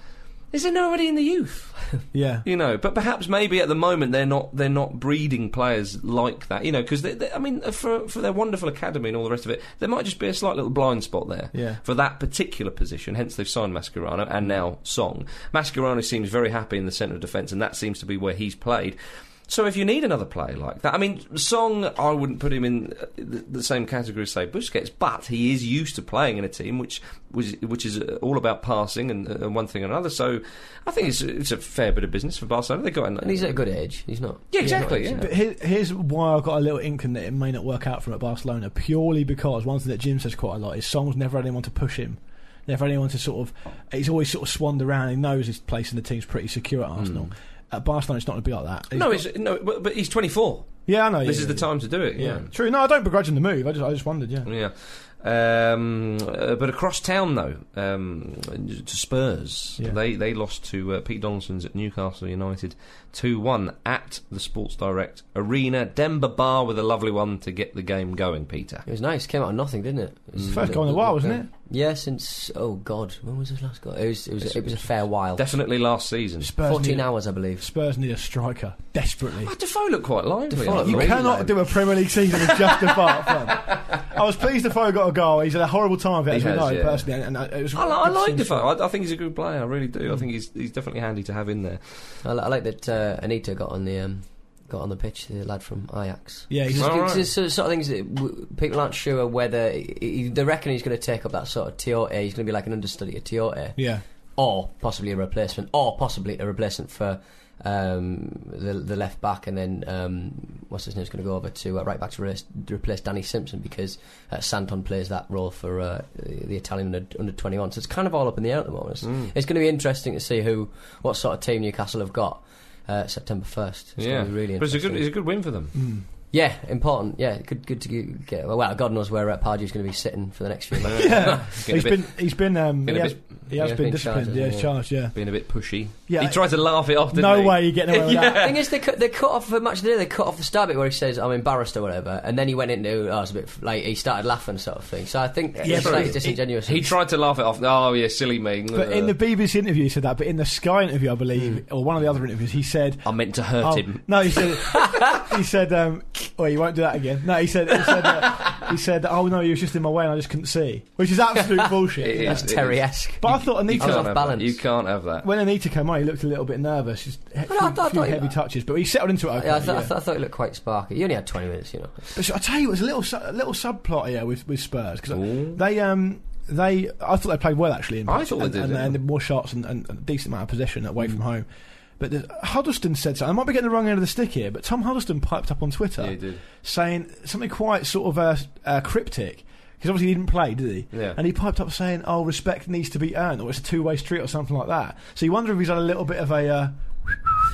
is there nobody in the youth? <laughs> yeah. you know, but perhaps maybe at the moment they're not they're not breeding players like that, you know, because they, they, I mean, for for their wonderful academy and all the rest of it, there might just be a slight little blind spot there Yeah. for that particular position. Hence, they've signed Mascherano and now Song. Mascherano seems very happy in the centre of defence, and that seems to be where he's played. So if you need another player like that, I mean, Song, I wouldn't put him in uh, the, the same category as say Busquets, but he is used to playing in a team which which, which is uh, all about passing and, uh, and one thing and another. So I think it's it's a fair bit of business for Barcelona. They got an, And he's at a good age. He's not. yeah, he's not exactly. aged Yeah. enough. But here, here's why I got a little inkling that it may not work out for him at Barcelona, purely because one thing that Jim says quite a lot is Song's never had anyone to push him. Never had anyone to sort of. He's always sort of swanned around. He knows his place in the team's pretty secure at Arsenal. At Barcelona, it's not going to be like that. He's no, got- it's no, but, but he's 24. yeah, I This know. yeah, is the yeah. time to do it. Yeah. Yeah. true. No, I don't begrudge him the move. I just, I just wondered. Yeah, Yeah. Um, uh, but across town, though, um, to Spurs, Yeah. they they lost to uh, Pete Donaldson's at Newcastle United two one at the Sports Direct Arena. Denver Bar with a lovely one to get the game going. Peter, It was nice. Came out of nothing, didn't it? It was- first goal in a while, wasn't it? Yeah, since oh god, when was his last goal? It was it was it was a fair while. definitely last season. Spurs Fourteen need, hours, I believe. Spurs need a striker desperately. But Defoe looked quite lively. Defoe I looked thought. You Really cannot low. do a Premier League season with <laughs> just a fart I was pleased Defoe got a goal. He's had a horrible time of it, He as we has, know yeah. personally. And, and it was I, li- I good like seeing Defoe. I, I think he's a good player. I really do. I think he's he's definitely handy to have in there. I, li- I like that uh, Anita got on the um, got on the pitch. The lad from Ajax. Yeah, he's- It's- All it's right. the sort of- sort of things that w- people aren't sure whether he, he- they reckon he's going to take up that sort of Tiote. He's going to be like an understudy of Tiote, Yeah, or possibly a replacement, or possibly a replacement for um, the the left back, and then um, what's his name's going to go over to uh, right back to replace, to replace Danny Simpson because uh, Santon plays that role for uh, the Italian under, under twenty one. So it's kind of all up in the air at the moment. It's, Mm. it's going to be interesting to see who what sort of team Newcastle have got. Uh, September first. It's yeah, going to be really but it's a interesting. good it's a good win for them. Yeah, important. Yeah, good. Good to get- get. Well, God knows where uh, Pardew's going to be sitting for the <laughs> next few months. yeah. Getting a he's bit- been, he's been, um, he getting a has, bit- he has yeah, been been disciplined. charged, yeah, yeah. he's charged. Yeah, Being a bit pushy. Yeah, he tried to laugh it off. Didn't no he? way <laughs> you're getting away with that. uh, thing is, they cut, they cut off the match of the day. They cut off the start bit where he says, "I'm embarrassed" or whatever, and then he went into, "Oh, it's a bit f- like he started laughing, sort of thing." So I think Yeah, it's but like it- disingenuous. He tried to laugh it off. Oh yeah, silly me. But in the uh, BBC interview, he said that. But in the Sky interview, I believe, or one of the other interviews, he said. <laughs> Hmm. I meant to hurt oh, him. No, he said. he said. Um, well, you won't do that again. No, he said. He said. Uh, he said. Oh no, he was just in my way, and I just couldn't see, which <laughs> is absolute bullshit. It is. That's Terry-esque. But I thought You Anita. I was can't off have balance. that. You can't have that. When Anita came on, he looked a little bit nervous. Just he- few, But I thought- few I thought- heavy touches, but he settled into it. Okay, Yeah, I, th- I, yeah. th- I thought it looked quite sparky. You only had 20 minutes, you know. But I tell you, it was a little su- a little subplot here with with Spurs because they um they I thought they played well actually. In I fact, thought they and, did, and, yeah. Mm. and more shots and, and a decent amount of possession away from home. But the, Huddleston said something. I might be getting the wrong end of the stick here, but Tom Huddleston piped up on Twitter Yeah, he did. saying something quite sort of uh, uh, cryptic. Because obviously he didn't play, did he? Yeah. And he piped up saying, "Oh, respect needs to be earned, or it's a two-way street, or something like that." So you wonder if he's had a little bit of a uh,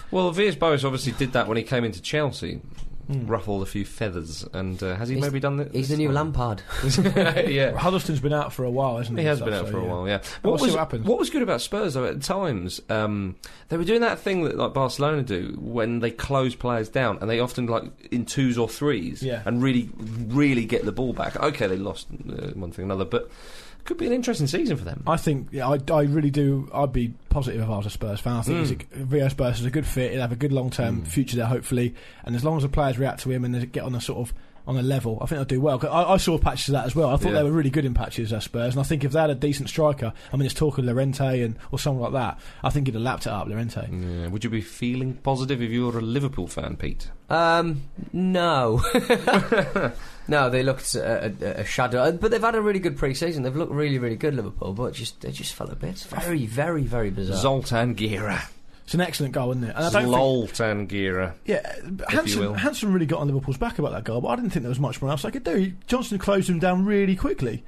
Well, Vias Boas obviously did that when he came into Chelsea, Hmm. ruffled a few feathers, and uh, has he He's- maybe done that? He's the this new time? Lampard. <laughs> <laughs> yeah. Huddleston's been out for a while, hasn't he? He has So- been out so, for a yeah. while, yeah. We'll What see was, what happens. what was good about Spurs though? At times, um, they were doing that thing that like Barcelona do when they close players down, and they often like in twos or threes, Yeah. and really, really get the ball back. Okay, they lost uh, one thing or another, but could be an interesting season for them. I think yeah, I, I really do. I'd be positive if I was a Spurs fan. I think he's a, Rio Spurs is a good fit. He'll have a good long term future there, hopefully. And as long as the players react to him and they get on a sort of on a level, I think they'll do well. 'Cause I, I saw patches of that as well. I thought Yeah. they were really good in patches as Spurs, and I think if they had a decent striker, I mean, it's talk of Lorente and or someone like that. I think he'd have lapped it up, Lorente. Yeah. Would you be feeling positive if you were a Liverpool fan, Pete? Um, no. <laughs> no, they looked uh, a, a, a shadow. Uh, But they've had a really good pre-season. They've looked really, really good, Liverpool. But just they just fell a bit. Very, very, very bizarre. Zoltan Gira. It's an excellent goal, isn't it? And I don't think, Zoltan Gira. yeah, will. Hanson, Hanson really got on Liverpool's back about that goal, but I didn't think there was much more else I could do. Johnson closed him down really quickly.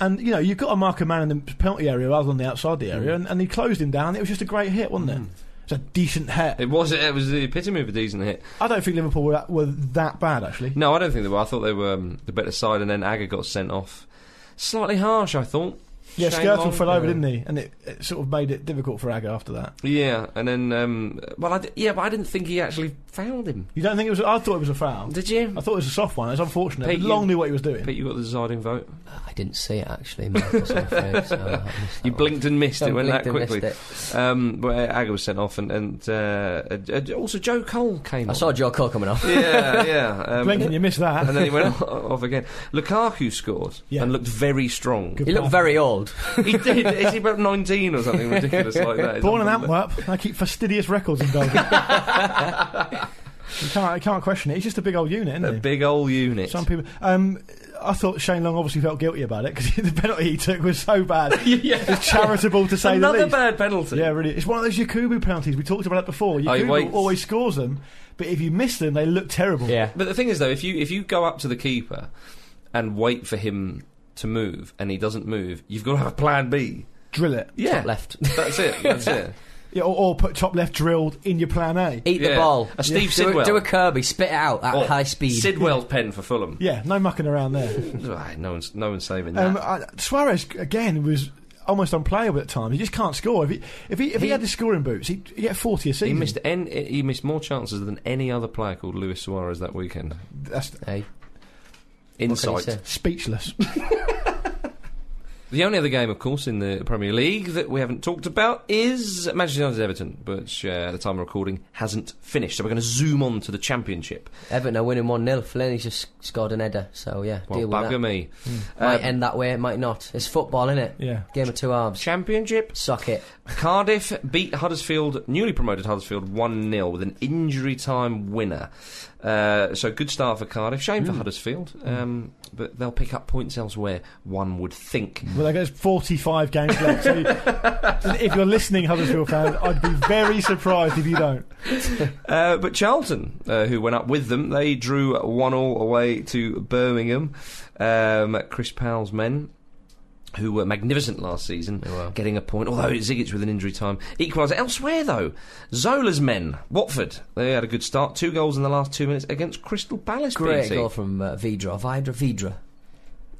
And, you know, you've got to mark a man in the penalty area rather than the outside the Mm. area, and, and he closed him down. It was just a great hit, wasn't it? It's a decent hit. It was it was the epitome of a decent hit. I don't think Liverpool were that, were that bad, actually. No, I don't think they were. I thought they were um, the better side, and then Agger got sent off. Slightly harsh, I thought. yeah, Shane Skirtle Long, fell over, yeah. didn't he? And it, it sort of made it difficult for Agger after that. Yeah, and then um, well, I d- yeah, but I didn't think he actually found him. You don't think it was. I thought it was a foul. Did you? I thought it was a soft one. It was unfortunate. Pete, but you- Long knew what he was doing. Pete, you got the deciding vote. I didn't see it actually. <laughs> Marcus, I'm afraid, You so I missed that one. blinked and missed I it. Went blinked that and missed quickly. it. Um, but uh, Agger was sent off, and and uh, uh, uh, also Joe Cole came. I on. saw Joe Cole <laughs> coming off. Yeah, yeah. <laughs> Um, Blinking, you missed that. and then he <laughs> went off again. Lukaku scored Yeah. and looked very strong. Good He looked pass. very old. he did. Is he about 19 or something <laughs> ridiculous like that? It's Born in unbelievable. Antwerp, I keep fastidious records in <laughs> Belgium. you, can't, you can't question it. He's just a big old unit, isn't A he? big old unit. <laughs> Some people. Um, I thought Shane Long obviously felt guilty about it because <laughs> the penalty he took was <laughs> so bad. It's charitable to say Another the least. bad penalty. Oh, Yeah, really. It's one of those Yakubu penalties. We talked about it before. he Yakubu waits. always scores them, but if you miss them, they look terrible. But the thing is, though, if you if you go up to the keeper and wait for him to move and he doesn't move, you've got to have a plan B. Drill it. Yeah, Left. <laughs> That's it. That's it. Yeah, or, or put top left drilled in your plan A. Eat the Yeah. ball. A Steve do, Sidwell. A, do a Kirby, spit it out at Oh, high speed. Sidwell pen for <laughs> Fulham. Yeah, no mucking around there. Ah, No one's no one's saving that. Um, I, Suarez again was almost unplayable at times. He just can't score. If he if he, if he, He- had the scoring boots, he'd he'd get forty a season. he missed en- he missed more chances than any other player called Luis Suarez that weekend. That's Hey, what can you Insight. say? <laughs> speechless. The only other game, of course, in the Premier League that we haven't talked about is Manchester United Everton, which uh, at the time of recording hasn't finished. So we're going to zoom on to the Championship. Everton are winning 1 0. Fellaini's just scored an header, so yeah, Well, deal with bugger that. me. Might Uh, end that way, it might not. It's football, innit? Yeah. Game of two halves. Championship. Suck it. Cardiff beat Huddersfield, newly promoted Huddersfield, 1 0 with an injury time winner. Uh, so good start for Cardiff. Shame for Huddersfield, um, but they'll pick up points elsewhere, one would think. Well, like, there's 45 games left. So <laughs> if you're listening, Huddersfield fans, I'd be very surprised if you don't. Uh, but Charlton, uh, who went up with them, they drew 1 all away to Birmingham. Um, Chris Powell's men. Who were magnificent last season, Oh, getting a point, although Ziggits with an injury time. Equaliser elsewhere, though. Zola's men, Watford, they had a good start. Two goals in the last two minutes against Crystal Palace. Great BT. goal from uh, Vidra. Vidra, Vidra.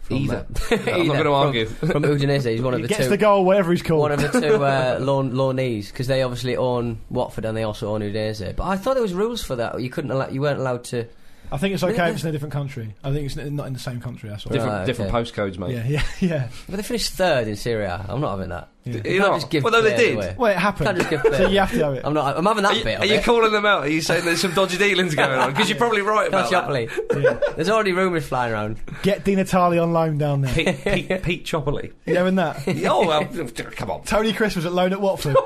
From, Either. uh, <laughs> <laughs> I'm not going either. to argue. <laughs> From, from Udinese, he's one of He the gets two. the goal, whatever he's called. one of the two <laughs> uh, lawn, lawnees because they obviously own Watford and they also own Udinese. But I thought there was rules for that. You couldn't allow, you weren't allowed to. I think it's okay if it's in a different country. I think it's n- not in the same country. That's all. Different- different, Right, different Ah, okay. postcodes, mate. Yeah, yeah, <laughs> yeah. But they finished third in Serie A. I'm not having that. Yeah. You You're can't not. just give Well, no, they players did. away. Well, it happened. Can't just give so players- you have to have it. <laughs> I'm not. I'm having that Are you, bit. are of you it. calling them out? Are you saying there's some dodgy dealings going on? <laughs> Because you're probably right Tell about that. Shopley. There's already rumours flying around. Get Di Natale on loan <laughs> down there. Pete, Pete, Pete Chopley. You having that? oh, well, come on. Tony Chris was at loan at Watford. <laughs>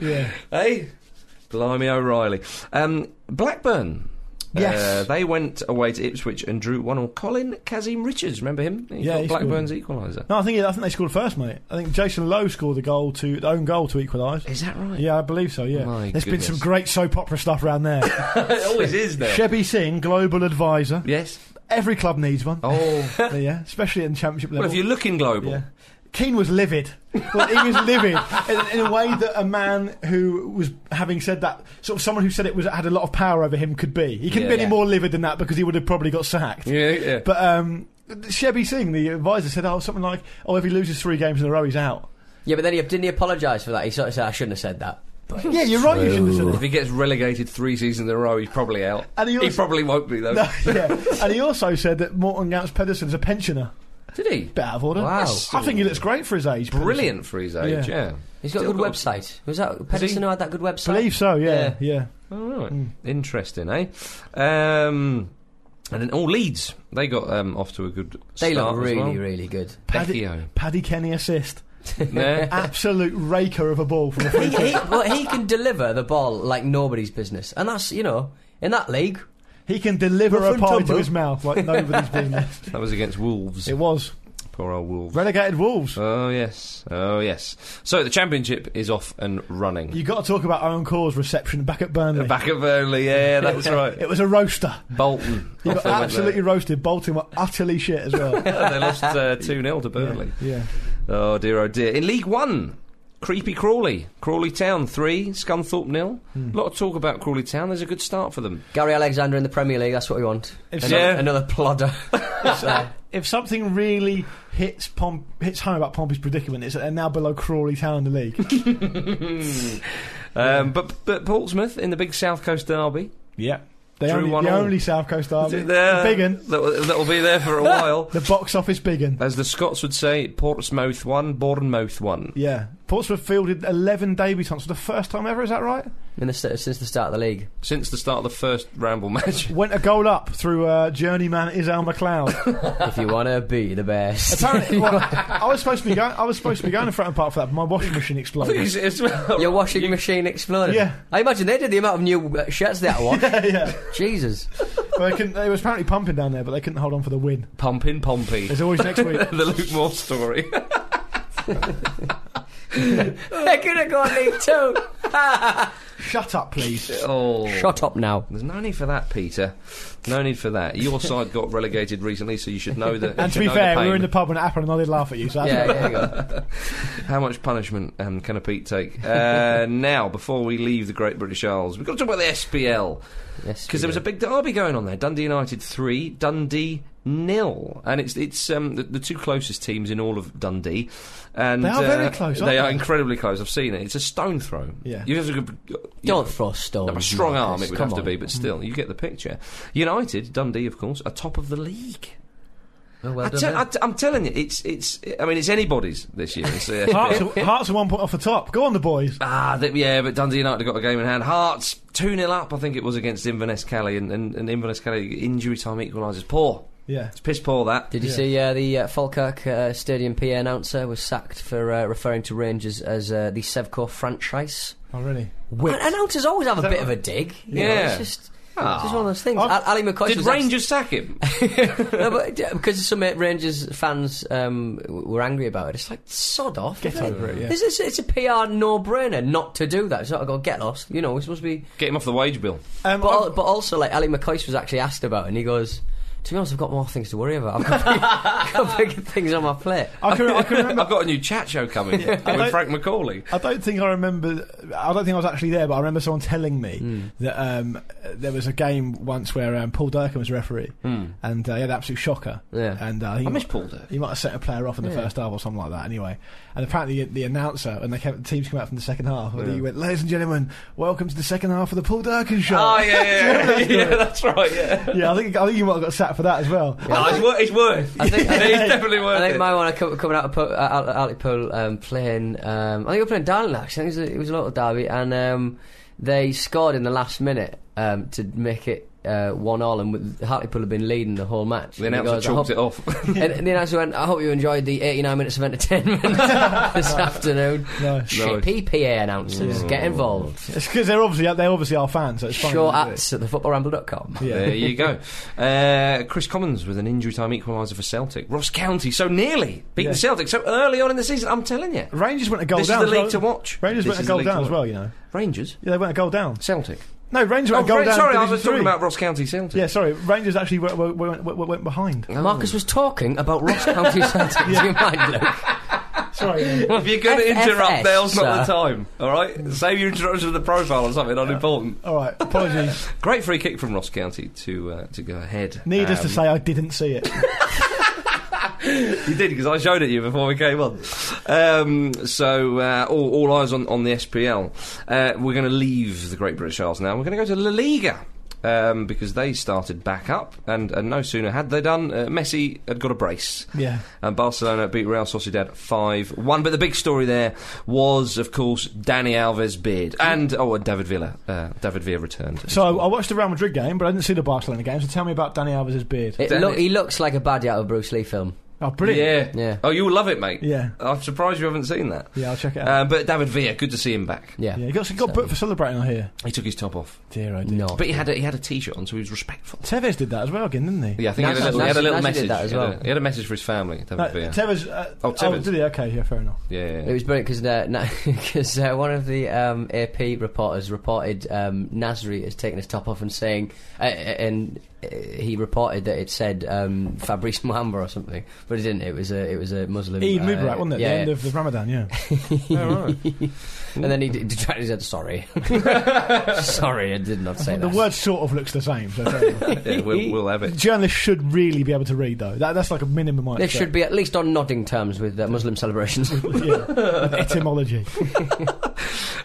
yeah. Hey, blimey O'Reilly. Um, Blackburn. Yes. Uh, they went away to Ipswich and drew one all. Colin Kazim Richards, remember him? He got Yeah, he scored. Blackburn's equaliser. No, I think I think they scored first, mate. I think Jason Lowe scored the goal to the own goal to equalise. Is that <laughs> right? Yeah, I believe so. Yeah, My There's been some goodness. great soap opera stuff <laughs> around there. it always is now. Shebby Singh, global advisor. yes. Every club needs one. Oh. <laughs> well, Yeah, especially in championship level. if you're looking global. yeah. Keane was livid. Well, he was <laughs> livid in, in a way that a man who was having said that, sort of someone who said it was had a lot of power over him, could be. He couldn't be Yeah. any more livid than that because he would have probably got sacked. Yeah, yeah. But um, Shebby Singh, the advisor, said, "Oh, something like, oh, if he loses three games in a row, he's out." Yeah, but then he didn't he apologise for that. He sort of said, "I shouldn't have said that." <laughs> But Yeah, you're right. You should have said that. If he gets relegated three seasons in a row, he's probably out. And he he, also- probably won't be though. <laughs> No, yeah. And he also said that Morton Gans Pedersen's a pensioner. Did he? Bit out of order. Wow. I think he looks great for his age. Pedersen. Brilliant for his age. Yeah. Yeah, he's got a Still good website. Was that Pedersen who had that good website? Believe so, yeah. Yeah. Yeah. All right, Hmm. interesting, eh? Um, and then all Leeds, they got um, off to a good They start look as really, well. <laughs> really good. Paddy, Becchio. Paddy Kenny assist. <laughs> Yeah. Absolute raker of a ball from a free he, kick. he, well, he can deliver the ball like nobody's business, and that's you know in that league. He can deliver a Rough and pie to tumble. his mouth like nobody's business. that was against Wolves. It was. Poor old Wolves. Relegated Wolves. Oh yes, oh yes. So the championship is off and running. you got to talk about Owen Core's reception back at Burnley. Back at Burnley, yeah, that's right. <laughs> It was a roaster. Bolton. He Off got they went absolutely there. roasted. Bolton were utterly shit as well. <laughs> they <laughs> lost uh, two 0 to Burnley. yeah. Oh dear, oh dear. In League One, creepy Crawley, Crawley Town three, Scunthorpe nil. Hmm. A lot of talk about Crawley Town. There's a good start for them. Gary Alexander in the Premier League. That's what we want. If another, so- another <laughs> plodder. If something really hits Pom- hits home about Pompey's predicament, it's that they're now below Crawley Town in the <laughs> league. Um, but but Portsmouth in the big South Coast derby. yeah. They Drew only, one the all. only South Coast derby. They're- The big un. That'll, that'll be there for a while. The box office big un. As the Scots would say, Portsmouth one, Bournemouth one. Yeah. Portsmouth fielded 11 debutants for the first time ever, is that right? in the, st- since the start of the league. Since the start of the first Ramble match. <laughs> Went a goal up through uh, journeyman Isel <laughs> McLeod. if you want to be the best, Apparently, well, I was supposed to be going. I was supposed to be going to Fratton Park for that, but my washing machine exploded. your washing machine exploded. Yeah. I imagine they did the amount of new uh, shirts <laughs> that one. <laughs> yeah, Jesus, but they, couldn't, they was apparently pumping down there, but they couldn't hold on for the win. Pumping Pompey. There's always next week. <laughs> the Luke Moore story. they're gonna go on league two. Shut up, please. <laughs> Oh. Shut up now. There's no need for that, Peter. No need for that. Your side got relegated recently, so you should know that. <laughs> And you to should be know the fair, we pain. were in the pub when it happened, and I did laugh at you. So that's Yeah, not- yeah, hang on. How much punishment um, can a Pete take? Uh, <laughs> now, before we leave the Great British Isles, we've got to talk about the SPL. <laughs> Yes, Because there was a big derby going on there. Dundee United 3, Dundee nil. And it's it's um, the, the two closest teams in all of Dundee. And, They are very uh, close, They aren't are they? incredibly close. I've seen it. It's a stone throw. Yeah. You have to go- you Don't throw stones. have a strong Marcus, arm, it would come have to on. be, but still, you get the picture. United, Dundee, of course, are top of the league. Oh, well I done te- there. I t- I'm telling you, it's it's. I mean, it's anybody's this year. It's, <laughs> uh, Hearts, are, Hearts are one point off the top. Go on, the boys. Ah, th- yeah, but Dundee United got a game in hand. Hearts 2 0 up, I think it was, against Inverness Cali, and, and, and Inverness Cali injury time equalises. Poor. Yeah. It's piss poor, that. Did you Yeah. see uh, the uh, Falkirk uh, Stadium PA announcer was sacked for uh, referring to Rangers as uh, the Sevco franchise? Oh, really? An- announcers always have a bit of a dig. you know, Yeah. it's just. Ah. It's just one of those things. I've- Al- Ali McCoy Did was Rangers sack him? asked- no, but, uh, because some uh, Rangers fans um, w- were angry about it. It's like sod off. Get isn't over it, yeah. This is- it's a PR no-brainer not to do that. It's not go get lost. You know, we're supposed to be <laughs> Get him off the wage bill. Um, But, I've- al- but also, like, Ali McCoy was actually asked about it, and he goes, To be honest, I've got more things to worry about. I've got, big, I've got bigger things on my plate. I can, I can <laughs> I've remember. got a new chat show coming with don't- Frank McCauley. I don't think I remember. I don't think I was actually there, but I remember someone telling me that um, there was a game once where um, Paul Durkin was referee, and uh, he had an absolute shocker. Yeah. and uh, he, I miss Paul Dirk. he might have set a player off in the first half or something like that. Anyway, and apparently the announcer and they kept, the teams came out from the second half, and he went, "Ladies and gentlemen, welcome to the second half of the Paul Durkin show." Oh, yeah, yeah, <laughs> yeah. <laughs> yeah, that's right, yeah. yeah, I think I think you might have got sat for that as well. No, it's worth it's worth. <laughs> I think- I it's think- definitely I worth think it. my one I co- coming out of uh, po- out, out of Liverpool, um, playing. Um, I think we were playing Darling actually. I think it was a, it was a local derby, and um, they scored in the last minute um, to make it uh, one all, and with- Hartlepool had been leading the whole match. The And he announcer goes, "I chalked hope- it off. <laughs> <laughs> and, and the announcer went, "I hope you enjoyed the 89 minutes of entertainment <laughs> this afternoon." No. Shippy PA announcers, get involved. It's because they're obviously they obviously are fans, so it's fine. Short isn't it? at the footballramble.com. There Yeah. you go. Uh, Chris Commons with an injury time equaliser for Celtic. Ross County so nearly beating Yeah. Celtic so early on in the season. I'm telling you. Rangers went a goal This is down. the as well. league to watch. Rangers This went a is the goal league to down as watch. well, you know. Rangers? Yeah, they went a goal down. Celtic. No, Rangers Oh, went a goal Fran- down. sorry, in I was Division talking Three. about Ross County Celtic. Yeah, sorry. Rangers actually went, went, went, went, went behind. Marcus was talking about Ross County <laughs> Celtic. Do you mind, Luke? Sorry. If you're going to FFS, interrupt, now's not the sir. time. All right, save your introduction to the profile or something unimportant. All right. <laughs> Apologies. Great free kick from Ross County to uh, to go ahead. Needless Um, to say, I didn't <laughs> see it. you did because I showed it you before we came on. Um, so uh, all, all eyes on on the SPL. Uh, we're going to leave the Great British Isles now. We're going to go to La Liga. Um, because they started back up, and, and no sooner had they done, uh, Messi had got a brace. Yeah. And Barcelona beat Real Sociedad 5 1. But the big story there was, of course, Danny Alves' beard. And, oh, and David Villa. Uh, David Villa returned. So I watched the Real Madrid game, but I didn't see the Barcelona game. So tell me about Danny Alves' beard. It Damn look, it. he looks like a baddie out of a Bruce Lee film. oh, brilliant. Yeah. Yeah. Oh, you'll love it, mate. Yeah. I'm surprised you haven't seen that. Yeah, I'll check it out. Uh, but David Villa, good to see him back. Yeah. yeah, he got, he got booked for celebrating. I hear. He took his top off. Dear, I No. But he had a, he had a t-shirt on, so he was respectful. Tevez did that as well again, didn't he? Yeah, I think he had a Nice- little, he had a nice- little nice he message. did that as He had a- He, well. had a, message for his family, David No, Villa. Tevez. Uh, Oh, Tevez. did he? Okay, yeah, fair enough. yeah, yeah, It yeah. was brilliant because <laughs> because uh, one of the um, AP reporters reported um, Nasri as taking his top off and saying, uh, uh, and uh, he reported that it said um, Fabrice <laughs> Muamba or something, but it didn't. It was a it was a Muslim. Eid uh, Mubarak, wasn't it? Yeah. the end of Oh, the Ramadan. Yeah. <laughs> and then he d- detracted and said, <laughs> "Sorry, sorry, I did not say the that." word sort of looks the same. <laughs> So fair enough. Yeah, we'll, we'll <laughs> have it. Journalists should really be able to read though. That, that's like a minimum. I They expect. should be at least on nodding terms with uh, Muslim <laughs> celebrations. yeah. With <laughs> etymology.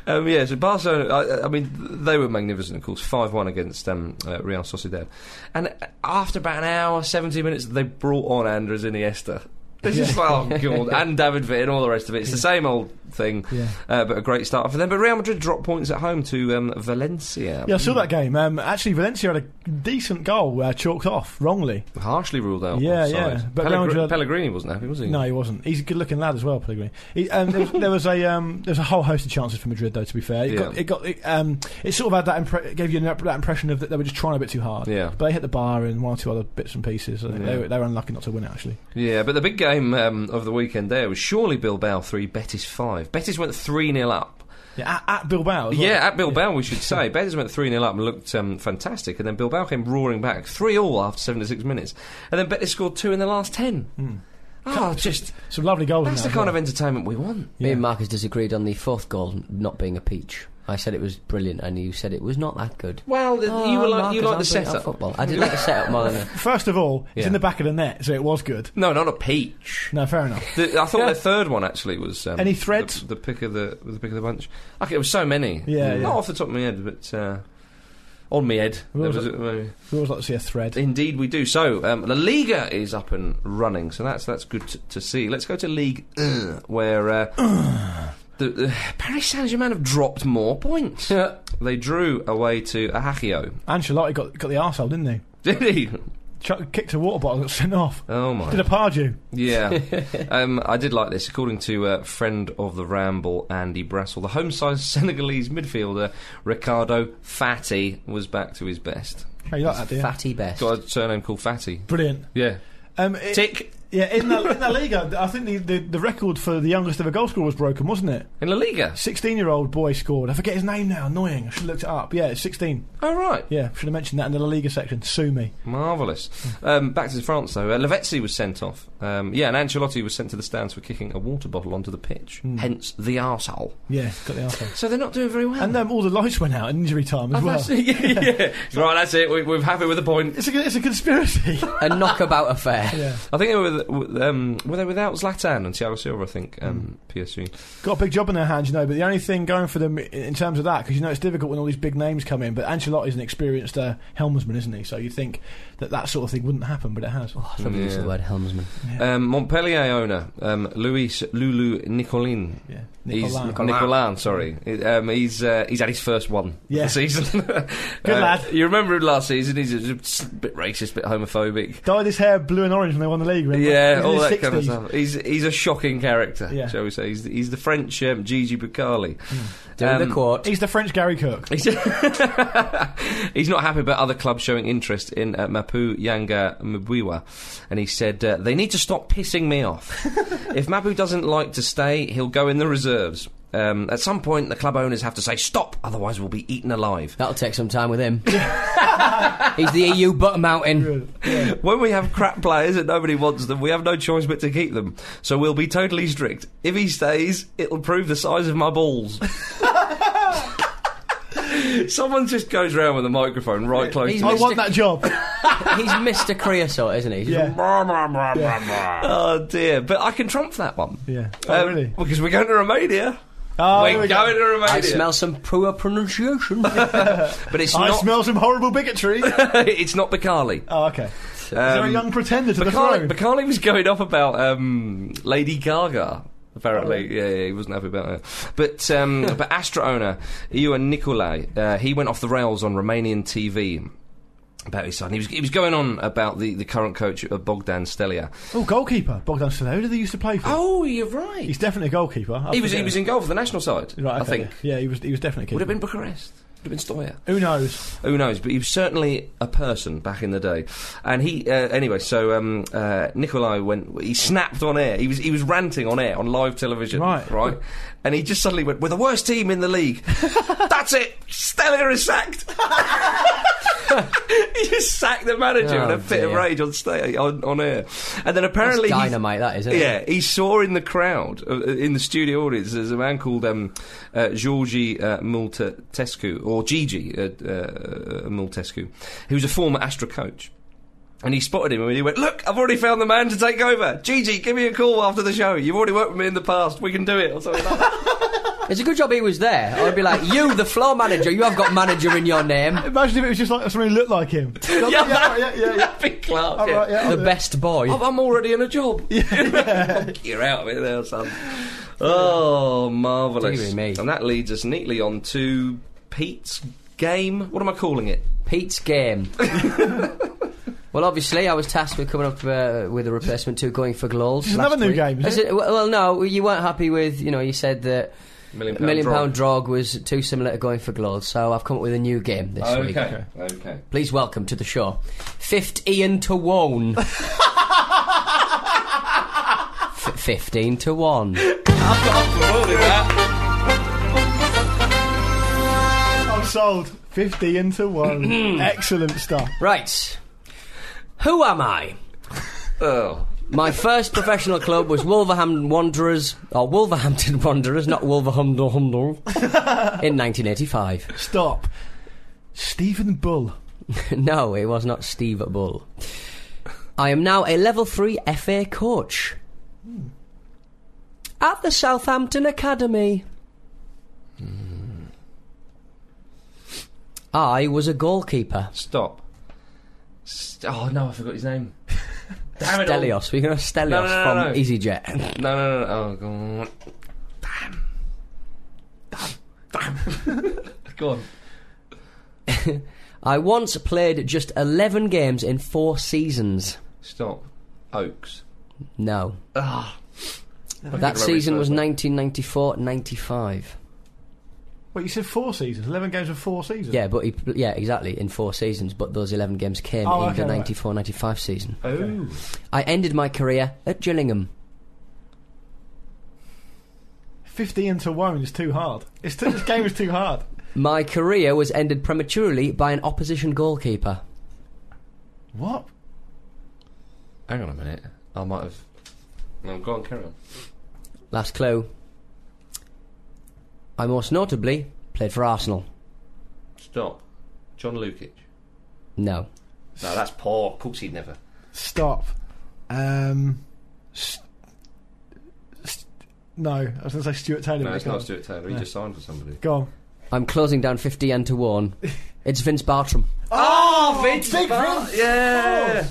Um, yeah, so Barcelona, I, I mean, they were magnificent, of course. 5-1 against um, uh, Real Sociedad. And after about an hour, 70 minutes, they brought on Andres Iniesta. This is, <laughs> oh, God. And David Vitt and all the rest of it. It's the same old thing, Yeah. uh, but a great start for them. But Real Madrid dropped points at home to um, Valencia. Yeah, I saw that game. Um, actually, Valencia had a decent goal uh, chalked off wrongly. Harshly ruled out. Yeah, offside. yeah. But Pellegr- Real Madrid- Pellegrini wasn't happy, was he? No, he wasn't. He's a good-looking lad as well, Pellegrini. He, um, there, was, there was a um, there was a whole host of chances for Madrid, though. To be fair, it Yeah. got it got it, um, it sort of had that impre- it gave you an up- that impression of that they were just trying a bit too hard. Yeah. but they hit the bar and one or two other bits and pieces. I think they, were, they were unlucky not to win it, actually. Yeah, but the big game um, of the weekend there was surely Bilbao 3, Betis 5. Betis went 3 0 up. Yeah, at, at Bilbao. as well. Yeah, at Bilbao, we should <laughs> say. Betis went 3 0 up and looked um, fantastic, and then Bilbao came roaring back 3 all after 76 minutes. And then Betis scored 2 in the last 10. Oh, just. some lovely goals. in That's the that kind as of entertainment we want. Me and Marcus disagreed on the fourth goal not being a peach. I said it was brilliant, and you said it was not that good. Well, th- you were like, you Oh, Marcus, like the I'm brilliant at setup. Football. I did like the setup more <laughs> than. well. First of all, it's Yeah. in the back of the net, so it was good. No, not a <laughs> peach. No, fair enough. The, I thought their third one actually was um, Any threads? The, the pick of the the pick of the bunch. Okay, there were so many. Yeah, not yeah. off the top of my head, but uh, on my head. What There was was it? a- maybe. We always like to see a thread. Indeed, we do. So um, La Liga is up and running, so that's that's good to, to see. Let's go to League uh, where uh, the uh, Paris Saint Germain have dropped more points. they drew away to Ajaccio. <laughs> Ancelotti got got the arsehole, didn't he? Did he? Chuck, kicked a water bottle, got sent off. Oh my! Did a Pardew. <laughs> Yeah, um, I did like this. According to uh, friend of the ramble, Andy Brassel, the home-sized <laughs> Senegalese midfielder Ricardo Fatty was back to his best. How you like that, do you? Fatty best. Got a surname called Fatty. Brilliant. Yeah, Um, it- tick Yeah, in La, in La Liga, I think the, the, the record for the youngest ever goal scorer was broken, wasn't it? in La Liga. 16 year old boy scored. I forget his name now, annoying. I should have looked it up. Yeah, it's 16. All right, Yeah, should have mentioned that in the La Liga section. Sue me. marvelous. Um, back to France though. Uh, Lavezzi was sent off. Um, yeah, and Ancelotti was sent to the stands for kicking a water bottle onto the pitch. Hence the arsehole. Yeah, got the arsehole. Hmm. So they're not doing very well. And um, all the lights went out in injury time as I've well. actually- yeah, <laughs> yeah. Right, that's it. We, we're happy with the point. It's a, it's a conspiracy. <laughs> A <laughs> knockabout affair. Oh, yeah. I think they were with- with, um, were they without Zlatan and Thiago Silva. I think um, PSG. Got a big job in their hands, you know, but the only thing going for them i- in terms of that, because you know it's difficult when all these big names come in, but Ancelotti's an experienced uh, helmsman, isn't he? So you'd think that that sort of thing wouldn't happen, but it has. I love using Yeah. the word helmsman. Um, Montpellier owner um, Luis Lulu Nicolin. Yeah. He's Nicolas. Nicolan, sorry. He- Um, he's uh, he's had his first one Yeah. this season. <laughs> Good lad. You remember him last season? He's a, a bit racist, bit homophobic. Dyed his hair blue and orange when they won the league, remember? Yeah, He's in all his that kind of 60s. stuff. He's he's a shocking character, Yeah. Hmm. shall we say? He's the, he's the French um, Gigi Bucali. Doing Um, the court. He's the French Gary Cook. He's, <laughs> he's not happy about other clubs showing interest in uh, Mapu Yanga Mbuiwa, and he said uh, they need to stop pissing me off. if Mapu doesn't like to stay, he'll go in the reserves. Um, at some point, the club owners have to say stop, otherwise we'll be eaten alive. That'll take some time <laughs> with him. He's the EU butt mountain. When we have crap players and nobody wants them, we have no choice but to keep them. So we'll be totally strict. If he stays, it'll prove the size of my balls. <laughs> Someone just goes round with a microphone right close. He's to I me. Mr. want that <laughs> job. He's Mr. Creosote, isn't he? He's Yeah. Oh dear, but I can trump that one. Yeah. Oh, really? Because um, we're going to Romania. Oh, here we're we go. going to Romania. I smell some poor <laughs> pronunciation. but it's I not. smell some horrible bigotry. <laughs> it's not Bacali. oh, okay. Is there a Um, young pretender to the Bacali, throne? Bacali was going off about um, Lady Gaga. Oh. Apparently, yeah, yeah, he wasn't happy about her. But um, <laughs> but Astra owner Iwan Nicolai, uh, he went off the rails on Romanian TV about his son. He was he was going on about the, the current coach of Bogdan Stelia. oh, goalkeeper. Bogdan Stanoda, who they used to play for. Oh, you're right. He's definitely a goalkeeper. I he was he forget was it. in goal for the national side. Right, I okay, think. Yeah, he was, he was definitely a Would have keeper. been Bucharest. Would have been Stoya. Who knows? Who knows? But he was certainly a person back in the day. And he, uh, anyway, so um, uh, Nikolai went. He snapped on air. He was he was ranting on air on live television. Right. right. And he just suddenly went, "We're the worst team in the <laughs> league. That's it. Stella is sacked." <laughs> he just sacked the manager in Oh, a fit of dear. rage on, sta- on on air. And then apparently he's- dynamite, that is, isn't it? yeah, he saw in the crowd, uh, in the studio audience, there's a man called um, uh, Georgi uh, Multescu, or Gigi uh, uh, Multescu, who's a former Astra coach. And he spotted him and he went, Look, I've already found the man to take over. Gigi, give me a call after the show. You've already worked with me in the past. We can do it. Or something like that. It's a good job he was there. I'd be like, you, the floor manager, you have got manager in your name. Imagine if it was just like someone who looked <laughs> like him. <laughs> yeah, that- yeah, yeah, yeah. <laughs> Big Clark. All yeah. right, yeah. I'll The do it. best boy. Oh, I'm- I'm already in a job. <laughs> You're out of it now, son. Oh, marvellous. Dearie me. And that leads us neatly on to Pete's game. What am I calling it? Pete's <laughs> game. well, obviously, I was tasked with coming up uh, with a replacement to going for goals. is another last new week. game, is Is it? it- Well, no, you weren't happy with. You know, you said that Million million draw. pound drog was too similar to going for goals, so I've come up with a new game this week. Okay, okay. Please welcome to the show, Fifth Ian to <laughs> one. F- Fifteen to one. I've got off with all of that. sold. 50 into <clears throat> 1. Excellent stuff. Right. Who am <laughs> I? Oh. My first professional club was Wolverhampton Wanderers, or Wolverhampton <laughs> Wanderers, not Wolverhampton <laughs> Humdle, in 1985. Stop. Stephen Bull. <laughs> no, it was not Steve Bull. I am now a level 3 FA coach at the Southampton Academy. Hmm. I was a goalkeeper. Stop. St- oh no, I forgot his <laughs> name. Damn it all. Stelios. We're going to Stelios No, no, no, no. from EasyJet. <laughs> No, no, no, no. Oh, go on. Damn. <laughs> Damn. Damn. go on. I once played just 11 games in four seasons. Stop. Oaks. No. Ah. That rubbish, season was though. 1994 95. Wait, you said four seasons? 11 games of four seasons? Yeah, but he, yeah, exactly, in four seasons. But those 11 games came Oh, in okay, the right. 94 95 season. Oh. I ended my career at Gillingham. 50 into 1 is too hard. It's too, this game is too hard. My career was ended prematurely by an opposition goalkeeper. What? Hang on a minute. I might have. No, go on, carry on. Last clue. I most notably played for Arsenal. Stop. John Lukic. No. No, that's poor. Of course he'd never. Stop. Um. St- st- no, I was going to say Stuart Taylor. No, but it's go not on. Stuart Taylor. He just signed for somebody. Go on. I'm closing down 50 and to <laughs> 1. It's Vince Bartram. Oh, Vince! Big Vince! Yeah!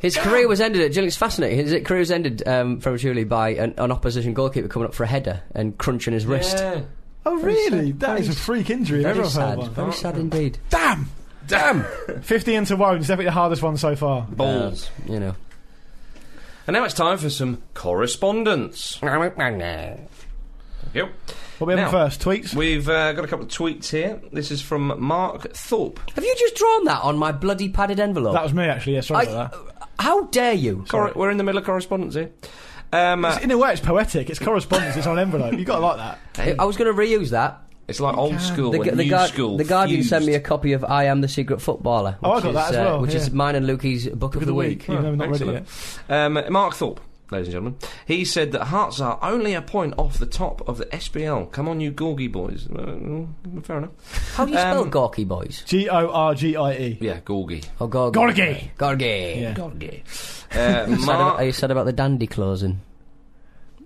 His career was ended at Gillingham's fascinating. His career was ended um, prematurely by an, an opposition goalkeeper coming up for a header and crunching his wrist. Yeah. Oh, really? That is a freak injury. Very Everyone's heard sad. one. Very sad indeed. Damn! Damn! 50 into 1 is definitely the hardest one so far. Balls. Uh, you know. And now it's time for some correspondence. Yep. What we having Now- first? Tweets? We've uh, got a couple of tweets here. This is from Mark Thorpe. Have you just drawn that on my bloody padded envelope? That was me, actually. Yeah, sorry I- about How dare you? Cor- we're in the middle of correspondence here. Um, uh, that. In a way, it's poetic. It's correspondence. it's on an envelope. You've got to like that. I I was going to reuse that. it's like old school The, and the, new Guard- school. the Guardian fused. sent me a copy of I Am the Secret Footballer. Oh, I which got that is, uh, as well, which is yeah. mine and Lukey's Book, of the Week. Even though we've not read it Excellent. Um, Mark Thorpe, ladies and gentlemen, he said that Hearts are only a point off the top of the SBL. Come on, you Gorgie boys. Uh, fair enough. How do you spell Um, Gorky, boys? Oh, yet. G O R G I E. Yeah, Gorgie. Or Gorgy? Gorgy. Gorgy. Yeah. Gorgie. <laughs> Uh, Sad about- are Mark, you sad about the dandy closing?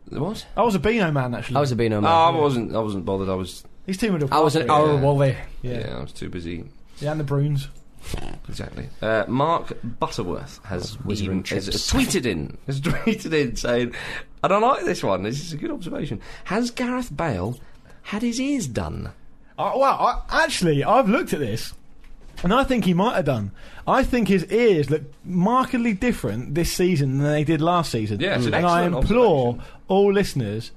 what? I was a Beano man, actually. I was a Beano Oh, man. I wasn't. I wasn't bothered. I was. These two would have. I was an hour Wolvie. Yeah. yeah. yeah I was too busy and the Bruins. Exactly. Uh, Mark Butterworth has, Wizard even, and has chips. tweeted in. Has <laughs> tweeted in saying, "I don't like this one. This is a good observation. Has Gareth Bale had his ears done? Oh, wow, I, actually, I've looked at this, and I think he might have done. I think his ears look markedly different this season than they did last season. Yeah, it's an and I excellent implore all listeners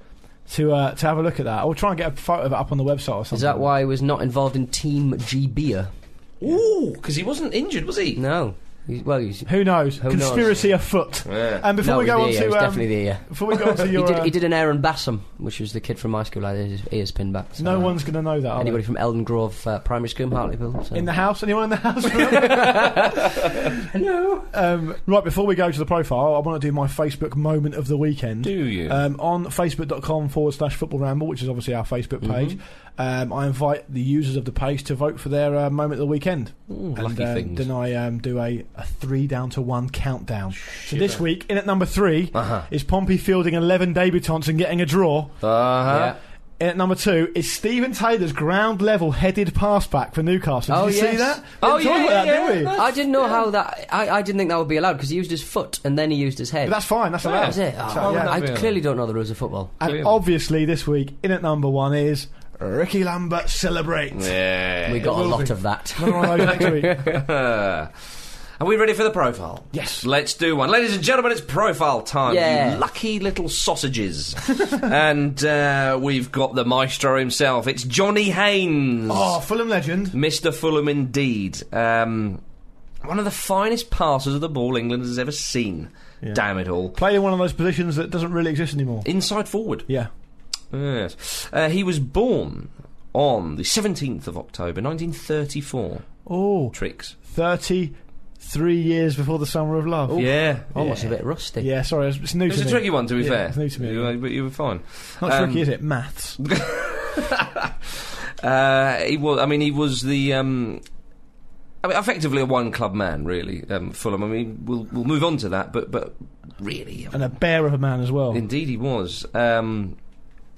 to uh, to have a look at that. I'll try and get a photo of it up on the website or something. Is that why he was not involved in Team G Beer? Ooh, because he wasn't injured, was he? No. He- well, he's. Who knows? Who knows? Conspiracy afoot. Yeah. And before no, we it was go the on ear, it to was um, definitely the ear. before we go on to <laughs> your, he, did, uh, he did an Aaron Bassam, which was the kid from my school. I had his ears pinned back. so, no uh, one's going to know that. are they? Anybody from Elden Grove uh, Primary School in Hartlepool? So. In the house? Anyone in <laughs> the house? Hello. Um, right, before we go to the profile, I want to do my Facebook moment of the weekend. Do you? Um, on facebook.com forward slash football ramble, which is obviously our Facebook Mm-hmm. page, um, I invite the users of the page to vote for their uh, moment of the weekend. and lucky um, things. Then I um, do a, a three down to one countdown. So this week, in at number 3 is Pompey fielding 11 debutantes and getting a draw. Uh-huh. In at number two is Stephen Taylor's ground level headed pass back for Newcastle. Did Oh, you see yes. that? We didn't talk about that, did we? I didn't know how that. I, I didn't think that would be allowed because he used his foot and then he used his head. But that's fine. That's allowed. That was it. Oh, So, yeah. I clearly don't know the rules of football. And obviously, this week in at number one is Ricky Lambert celebrates. <laughs> Yeah. We got a will lot be. of <laughs> that. Another one of those next week. <laughs> Are we ready for the profile? Yes. Let's do one. Ladies and gentlemen, it's profile time. Yeah. You lucky little sausages. <laughs> and uh, we've got the maestro himself. It's Johnny Haynes. Oh, Fulham legend. Mr. Fulham, indeed. Um, one of the finest passers of the ball England has ever seen. Damn it all. Played in one of those positions that doesn't really exist anymore. Inside forward. Yeah. Yes. Uh, he was born on the 17th of October 1934. Oh, Tricks. 33 years before the summer of love. Yeah. Almost a bit rusty. Yeah, sorry, it's- it's new It was to a me. tricky one, to be Yeah, fair. it's new to me. You were- But you were fine. Not Um, tricky, is it? Maths. Uh, he was. I mean, he was the. Um, I mean, effectively a one club man, really. Um, Fulham. I mean, we'll we'll move on to that, but but really, And a bear of a man as well. Indeed, he was. Um,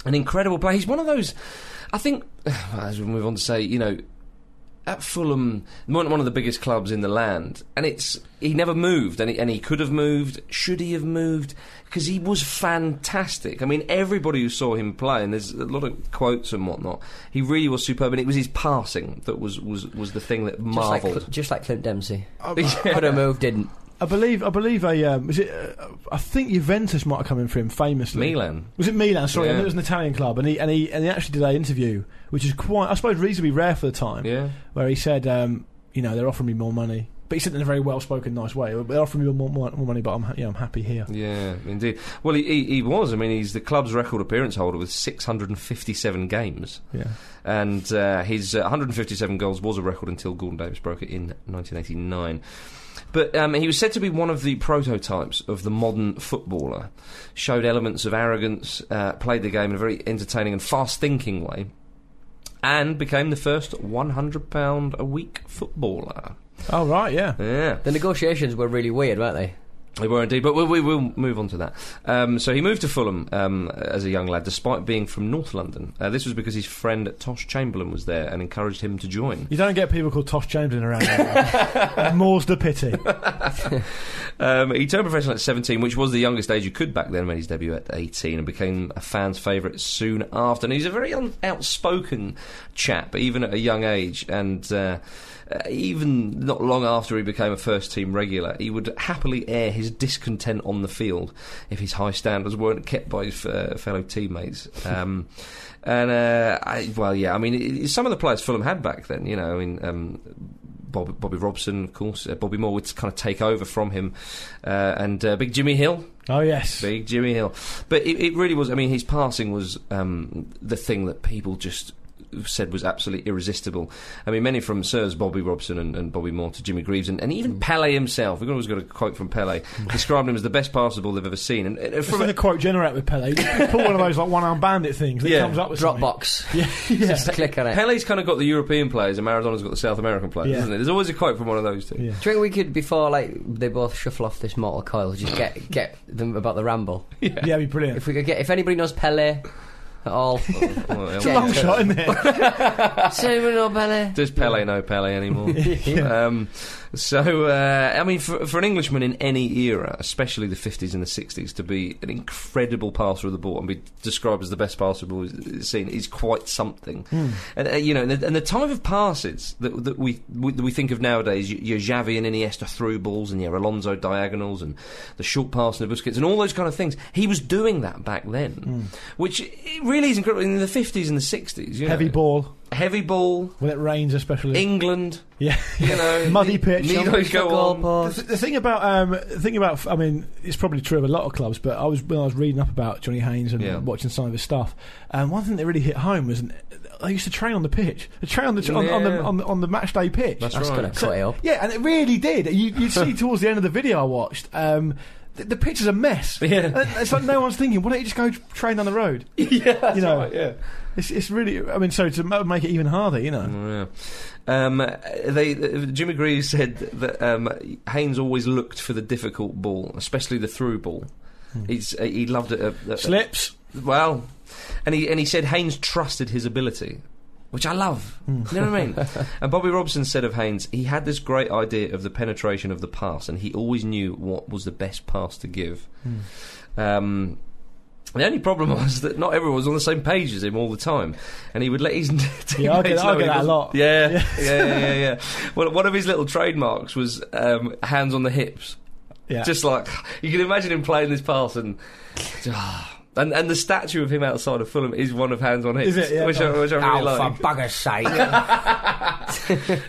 an incredible player. He's one of those. I think, <sighs> as we move on to say, you know, at Fulham, one one of the biggest clubs in the land, and it's he never moved, and he, and he could have moved. Should he have moved? Because he was fantastic. I mean, everybody who saw him play, and there's a lot of quotes and whatnot. He really was superb, and it was his passing that was was was the thing that Just like, Cl- marvelled. just like Clint Dempsey. Oh, <laughs> Yeah. Could have moved, didn't. I believe, I believe a, um, is it, uh, I think Juventus might have come in for him famously. Milan. Was it Milan? Sorry, I Yeah. knew it was an Italian club, and he and he and he actually did an interview, which is quite, I suppose, reasonably rare for the time. Yeah. where he said, um, you know, they're offering me more money, but he said it in a very well-spoken, nice way. They're offering me more, more, more money, but I'm, ha- you know, I'm happy here. Yeah, indeed. Well, he, he, he was. I mean, he's the club's record appearance holder with 657 games. Yeah, And uh, his uh, 157 goals was a record until Gordon Davis broke it in 1989. But um, he was said to be one of the prototypes of the modern footballer. Showed elements of arrogance, uh, played the game in a very entertaining and fast thinking way, and became the first £100 a week footballer. Oh right, yeah. Yeah. The negotiations were really weird, weren't they? They were indeed, but we, we will move on to that. Um, so he moved to Fulham um, as a young lad, despite being from North London. Uh, this was because his friend Tosh Chamberlain was there and encouraged him to join. You don't get people called Tosh Chamberlain around. <laughs> anymore. More's the pity. Um, he turned professional at 17, which was the youngest age you could back then, made his debut at 18 and became a fan's favourite soon after. And he's a very un- outspoken chap, even at a young age. And uh, uh, even not long after he became a first team regular, he would happily air his discontent on the field if his high standards weren't kept by his uh, fellow teammates. Um, <laughs> and, uh, I, well, yeah, I mean, it, it- some of the players Fulham had back then, you know, I mean, um, Bob, Bobby Robson, of course. Uh, Bobby Moore would kind of take over from him, uh, and uh, Big Jimmy Hill, Oh yes, Big Jimmy Hill. But it, it really was. I mean, his passing was um, the thing that people just said was absolutely irresistible. I mean, many from Sirs Bobby Robson and, and Bobby Moore to Jimmy Greaves and, and even Pele himself. We've always got a quote from <laughs> Pele describing him as the best passer ball they've ever seen. And, and It's from like a, a quote generator with Pele. You just pull one of those like one-arm bandit things. That Yeah. comes up with something. Dropbox. <laughs> Yeah, <laughs> yeah. Just click on it. Pele's kind of got the European players, and Maradona's got the South American players, Yeah. isn't it? There's always a quote from one of those two. Yeah. Do you think we could, before like they both shuffle off this mortal coil, just get <laughs> get them about the ramble? yeah, it'd be brilliant. If we could get, if anybody knows Pele at <laughs> all, Well, It's a long shot, isn't it? does anyone know Pele? Does Pele know Pele <laughs> anymore? um, so, uh, I mean, for, for an Englishman in any era, especially the 50s and the 60s, to be an incredible passer of the ball and be described as the best passer of the ball is- seen is quite something. Hmm. And, uh, you know, and the, and the type of passes that, that we, we that we think of nowadays, y- your Xavi and Iniesta through balls and your Alonso diagonals and the short pass and the Busquets and all those kind of things, he was doing that back then, Hmm. which it really is incredible. In the 50s and the 60s, you <laughs> Heavy know, ball heavy ball. when it rains, especially. England, yeah. you know, <laughs> Muddy pitch. Neither The go on. The, goalpost. th- the thing about um, the thing about I mean it's probably true of a lot of clubs, but I was when I was reading up about Johnny Haynes and Yeah. watching some of his stuff, and one thing that really hit home was I used to train on the pitch, I train on the on, on the Yeah. on the on the match day pitch. That's gonna right. cut it up. yeah, and it really did. You you see towards the end of the video I watched. Um, the, the pitch is a mess. Yeah. And it's like no one's thinking. Why don't you just go train down the road? yeah, You know, yeah. it's it's really. I mean, so to ma- make it even harder, you know. Yeah. Um, they, uh, Jimmy Greaves said that um, Haynes always looked for the difficult ball, especially the through ball. Hmm. He's, uh, he loved it. Uh, uh, Slips. Well, and he and he said Haynes trusted his ability, which I love. Hmm. You know what I <laughs> mean? and Bobby Robson said of Haynes, he had this great idea of the penetration of the pass, and he always knew what was the best pass to give. Hmm. Um, the only problem was that not everyone was on the same page as him all the time, and he would let his <laughs> teammates Yeah, I get- I know get he that a wasn't- lot. <laughs> Yeah, yeah, yeah, yeah. yeah, Well, one of his little trademarks was um, hands on the hips. Yeah. <sighs> Just like you can imagine him playing this pass and ah, <sighs> And and the statue of him outside of Fulham is one of Hands on Hips, Is it? Yeah. which, I, which I really Oh, like. for bugger's sake.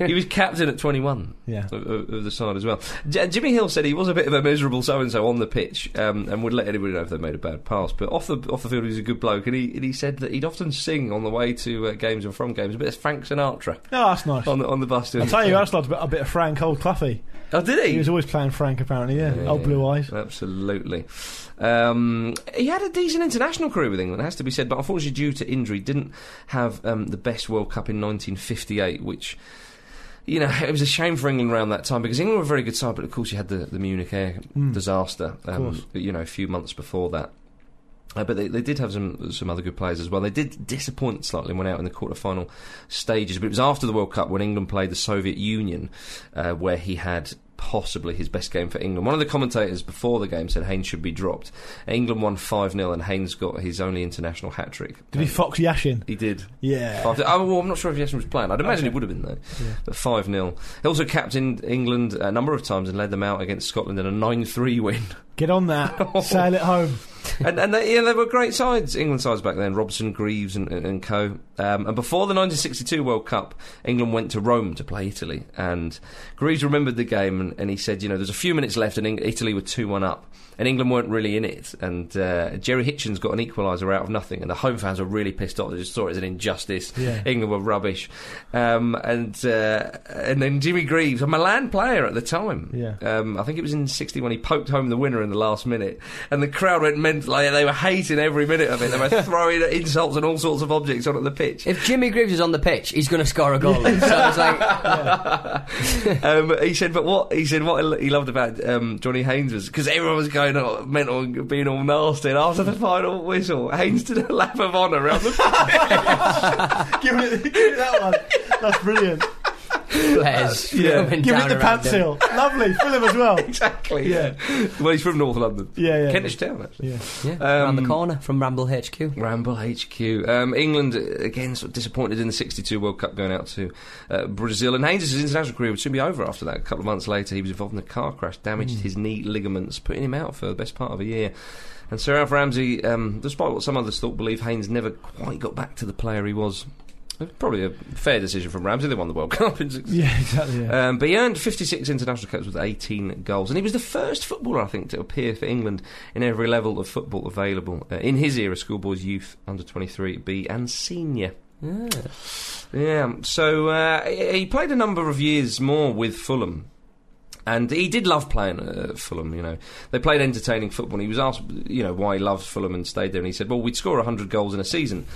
he was captain at 21 Yeah. of, of- of the side as well. J- Jimmy Hill said he was a bit of a miserable so and so on the pitch um, and would let anybody know if they made a bad pass. But off the off the field, he was a good bloke, and he and he said that he'd often sing on the way to uh, games and from games a bit of Frank Sinatra No, that's nice. on the on the bus. I doing- tell you, who else loved a bit- a bit of Frank Old Cluffy. oh, did He was always playing Frank, apparently. Yeah, Yeah. old blue eyes. Absolutely. Um, he had a decent international career with England, it has to be said, but unfortunately, due to injury, didn't have um, the best World Cup in 1958, which. You know, <laughs> it was a shame for England around that time because England were a very good side, but of course you had the, the Munich air disaster. Um, course. you know, a few months before that. Uh, but they, they did have some some other good players as well. They did disappoint slightly and went out in the quarter final stages. But it was after the World Cup when England played the Soviet Union, uh, where he had possibly his best game for England. One of the commentators before the game said Haynes should be dropped. England won 5 0 and Haynes got his only international hat trick. Did he fox Yashin? He did. Yeah. After, oh, well, I'm not sure if Yashin was playing. I'd imagine it would have been, though. But 5 0. He also captained England a number of times and led them out against Scotland in a 9 3 win. Get on that. Sail it home. <laughs> <laughs> and and they, yeah, they were great sides, England sides back then, Robson, Greaves, and, and, and co. Um, and before the 1962 World Cup, England went to Rome to play Italy. And Greaves remembered the game and, and he said, you know, there's a few minutes left and Eng- Italy were 2 1 up. And England weren't really in it. And uh, Jerry Hitchens got an equaliser out of nothing. And the home fans were really pissed off. They just saw it as an injustice. Yeah. England were rubbish. Um, and, uh, and then Jimmy Greaves, a Milan player at the time, Yeah. um, I think it was in 60 when he poked home the winner in the last minute. And the crowd went mental. Like, they were hating every minute of it. They were <laughs> throwing insults and all sorts of objects onto the pitch. If Jimmy Greaves is on the pitch, he's going to score a goal. So it's like, Um, he said, but what he said, what he loved about um, Johnny Haynes was because everyone was going all mental and being all nasty. And after the final whistle, Haynes did a lap of honour around the give, it, give it that one. That's brilliant. <laughs> players Yeah. coming Give down it the around pants him. heel. Lovely. Fulham as well. <laughs> exactly. Yeah. Well, he's from North London. Yeah, yeah. Kentish Town actually. Yeah. Yeah, around the Um, corner from Ramble HQ. Ramble HQ. Um, England uh, again sort of disappointed in the '62 World Cup going out to uh, Brazil. And Haynes' international career would soon be over after that. A couple of months later, he was involved in a car crash, damaged his knee ligaments, putting him out for the best part of a year. And Sir Alf Ramsey, um, despite what some others thought, believe Haynes never quite got back to the player he was. It was Probably a fair decision from Ramsey. They won the World <laughs> Cup in '62. Yeah, exactly. Yeah. Um, but he earned 56 international caps with 18 goals, and he was the first footballer, I think, to appear for England in every level of football available uh, in his era: schoolboys, youth, under 23, B, and senior. Yeah. Yeah. So uh, he he played a number of years more with Fulham. And he did love playing uh, at Fulham, you know. They played entertaining football, and he was asked, you know, why he loved Fulham and stayed there. And he said, well, we'd score 100 goals in a season. And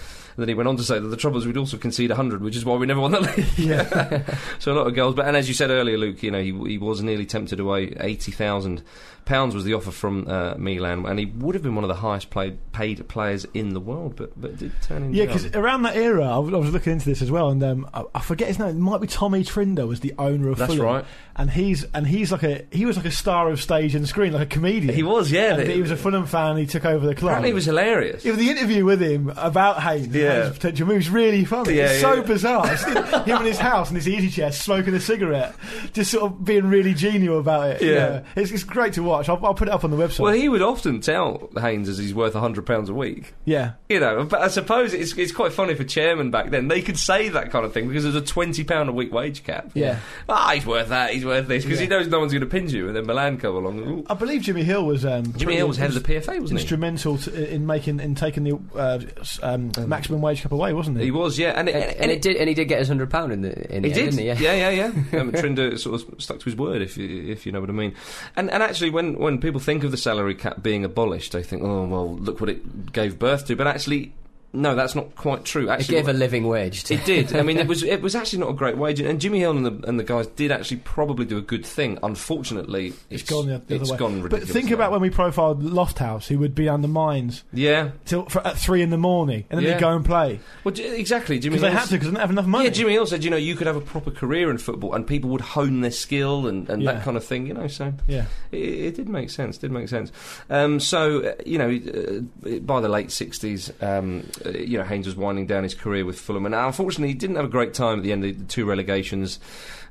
then he went on to say that the trouble is we'd also concede 100, which is why we never won the league. <laughs> yeah. <laughs> So a lot of goals, but and as you said earlier, Luke, you know he he was nearly tempted away. Eighty thousand pounds was the offer from uh, Milan, and he would have been one of the highest played paid players in the world, but but it did turn into Yeah, because around that era, I was, I was looking into this as well, and um, I, I forget his name. It might be Tommy Trinder was the owner of That's Fulham, right. And he's and he's like a he was like a star of stage and screen, like a comedian. he was yeah. And they- he was a Fulham fan. He took over the club. apparently he was hilarious. It was the interview with him about Haynes, Yeah. yeah. his potential moves, really funny. Yeah, it's yeah, so yeah. bizarre. It's him in his house in his easy chair, smoking a cigarette, just sort of being really genial about it. Yeah. it's, it's great to watch. I'll, I'll put it up on the website. Well, he would often tell Haynes as he's worth hundred pounds a week. yeah, You know, but I suppose it's it's quite funny for chairman back then. They could say that kind of thing because there's a twenty pound a week wage cap. Yeah. ah, he's worth that. He's worth this because he knows no one's going to pinch you, and then Milan come along. and, ooh. I believe Jimmy Hill was. Um, Jimmy pretty Hill was head of the PFA, wasn't he? instrumental to, in making in taking the uh, s- um, maximum wage cap away, wasn't he? He was, yeah, and it, And, and it did, and he did get his hundred pound in the in He the did, end, didn't he? Yeah. yeah, yeah. <laughs> yeah. um, Trinder sort of stuck to his word, if you, if you know what I mean. And and actually, when when people think of the salary cap being abolished, they think, oh well, look what it gave birth to. But actually, no, that's not quite true. It Actually, gave a what- living wage to it did. I mean, it was it was actually not a great wage, and Jimmy Hill and the and the guys did actually probably do a good thing. Unfortunately, it's gone the, the it's other way. gone but ridiculous think now. about when we profiled Lofthouse, who would be under mines yeah, till for, at three in the morning, and then Yeah. they'd go and play well, j- exactly. Jimmy because they Hill's- had to because they didn't have enough money. Yeah, Jimmy Hill said, you know, you could have a proper career in football, and people would hone their skill and, and Yeah. that kind of thing, you know. So Yeah. it, it did make sense. Did make sense. Um, so uh, you know, uh, by the late sixties, um, uh, you know, Haynes was winding down his career with Fulham, and unfortunately, he didn't have a great time at the end of the two relegations,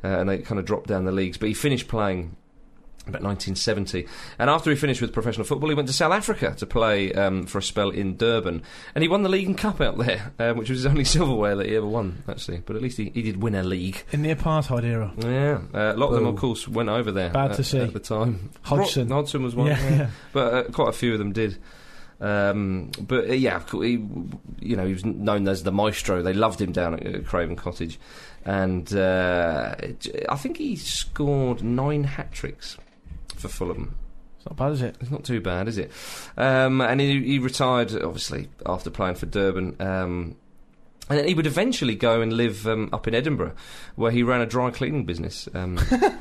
uh, and they kind of dropped down the leagues. But he finished playing. about 1970. And after he finished with professional football, he went to South Africa to play um, for a spell in Durban. And he won the league and cup out there, <laughs> um, which was his only silverware that he ever won, actually. But at least he, he did win a league. In the apartheid era. Yeah, uh, a lot of them, of course, went over there. Bad at, to see. at the time. Hodgson. Ro- Hodgson was one. Yeah, Yeah, yeah. but uh, quite a few of them did. Um, but uh, yeah, of course, he, you know, he was known as the maestro. They loved him down at uh, Craven Cottage, and uh, I think he scored nine hat tricks for Fulham. It's not bad, is it? It's not too bad, is it? Um, and he, he retired, obviously, after playing for Durban. Um, and then he would eventually go and live um, up in Edinburgh, where he ran a dry cleaning business. <laughs> Um,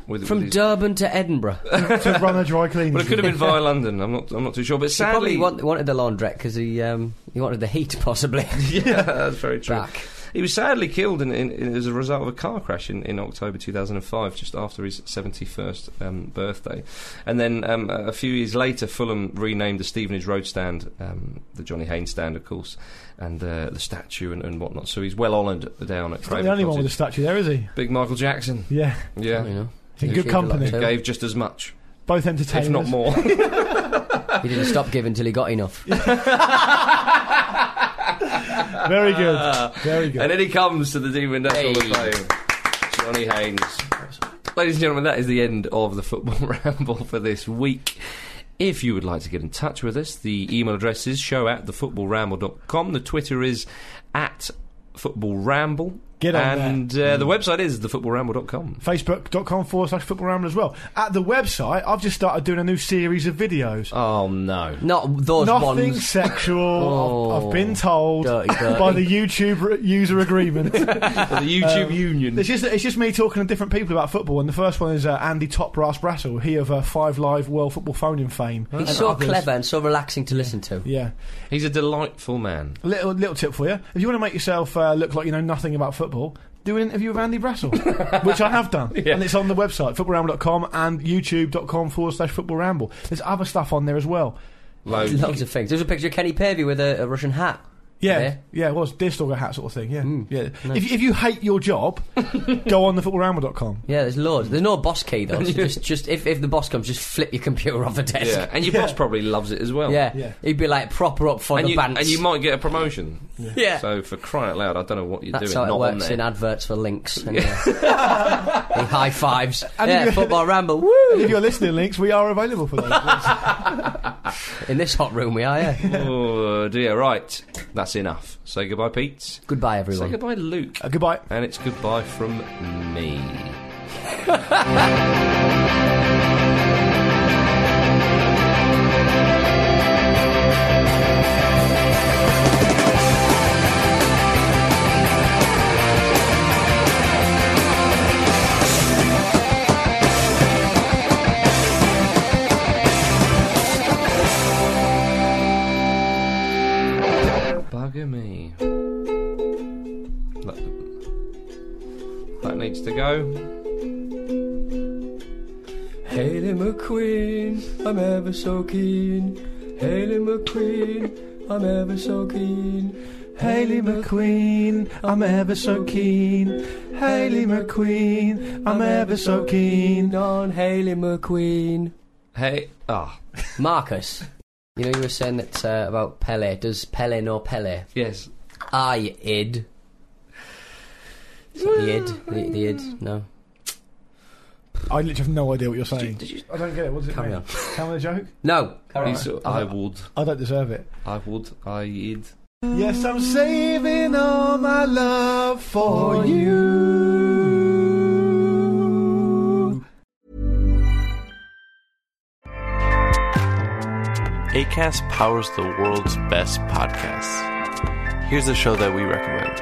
with, From with his- Durban to Edinburgh. to run <laughs> a dry cleaning. well, it could have been via London. I'm not. I'm not too sure. But he sadly, probably want, wanted the laundrette because he um, he wanted the heat possibly. <laughs> <laughs> yeah, that's very true. Back. He was sadly killed in, in, in- as a result of a car crash in, in October 2005, just after his 71st um, birthday. And then um, a a few years later, Fulham renamed the Stevenage Road stand, um, the Johnny Haynes stand, of course, and uh, the statue and, and whatnot. So he's well honoured down at Not Craven the only one Cottage. with a statue there, is he? Big Michael Jackson. Yeah. You Yeah. know. In He good achieved a lot company. too. Gave just as much, Both if not entertainers. more. He didn't stop giving till he got enough. <laughs> Very good. Very good. And then he comes to the Demon Death Hall Hey. of Fame. Johnny Haynes. Ladies and gentlemen, that is the end of the football <laughs> ramble for this week. If you would like to get in touch with us, the email address is show at thefootballramble.com. The Twitter is at football ramble. Get on and Uh, the website is thefootballramble.com. Facebook.com forward slash football ramble as well. At the website, I've just started doing a new series of videos. Oh, no. Not those Nothing ones. sexual. <laughs> I've- I've, been told Oh, dirty, dirty. by the YouTube r- user <laughs> <laughs> agreement. the Um, YouTube Union. It's just it's just me talking to different people about football, and the first one is uh, Andy Toprass Brassel, he of uh, Five Live World Football Phoning fame. and He's so others. clever and so relaxing to listen to. Yeah, He's a delightful man. little little tip for you: if you want to make yourself uh, look like you know nothing about football, do an interview with Andy <laughs> Brassel, which I have done, and it's on the website footballramble.com and youtube.com forward slash football ramble. There's other stuff on there as well. Loads. Loads of things. There's a picture of Kenny Pervy with a, a Russian hat. Yeah, There. yeah, it was deerstalker hat sort of thing. Yeah, yeah. If, if you hate your job, go on the footballramble.com. Yeah, there's loads. There's no boss key <laughs> though. So just, just if, if the boss comes, just flip your computer off the desk. yeah. And your boss probably loves it as well. Yeah. Yeah. he'd be like proper up for And the you, pants. and you might get a promotion. <laughs> yeah, So, for crying out loud, I don't know what you're that's doing. how it not on works there. in adverts for links. Anyway. he <laughs> high fives. And yeah, you- football <laughs> ramble. And Woo! if you're listening, links, we are available <laughs> for those. Uh, In this hot room we are. Yeah. Oh dear, right. That's enough. Say goodbye, Pete. Goodbye, Say everyone. goodbye, Luke. Uh, goodbye. And it's goodbye from me. Bugger me. That, that needs to go. Hayley McQueen, I'm ever so keen. Hayley McQueen, I'm ever so keen. Hayley McQueen, I'm ever so keen. Hayley McQueen, I'm ever so keen. on Hayley McQueen. Hey, ah, Marcus, you know you were saying that uh, about Pele. Does Pele know Pele? yes. I id. Is that the id? The, the id? No. I literally have no idea what you're saying. Did you, I don't get it. What does it Carry mean? on. Tell me a joke. No. you saw- uh, I would, I don't deserve it. I would, I'd. Yes, I'm saving all my love for you. ACAST powers the world's best podcasts. Here's a show that we recommend.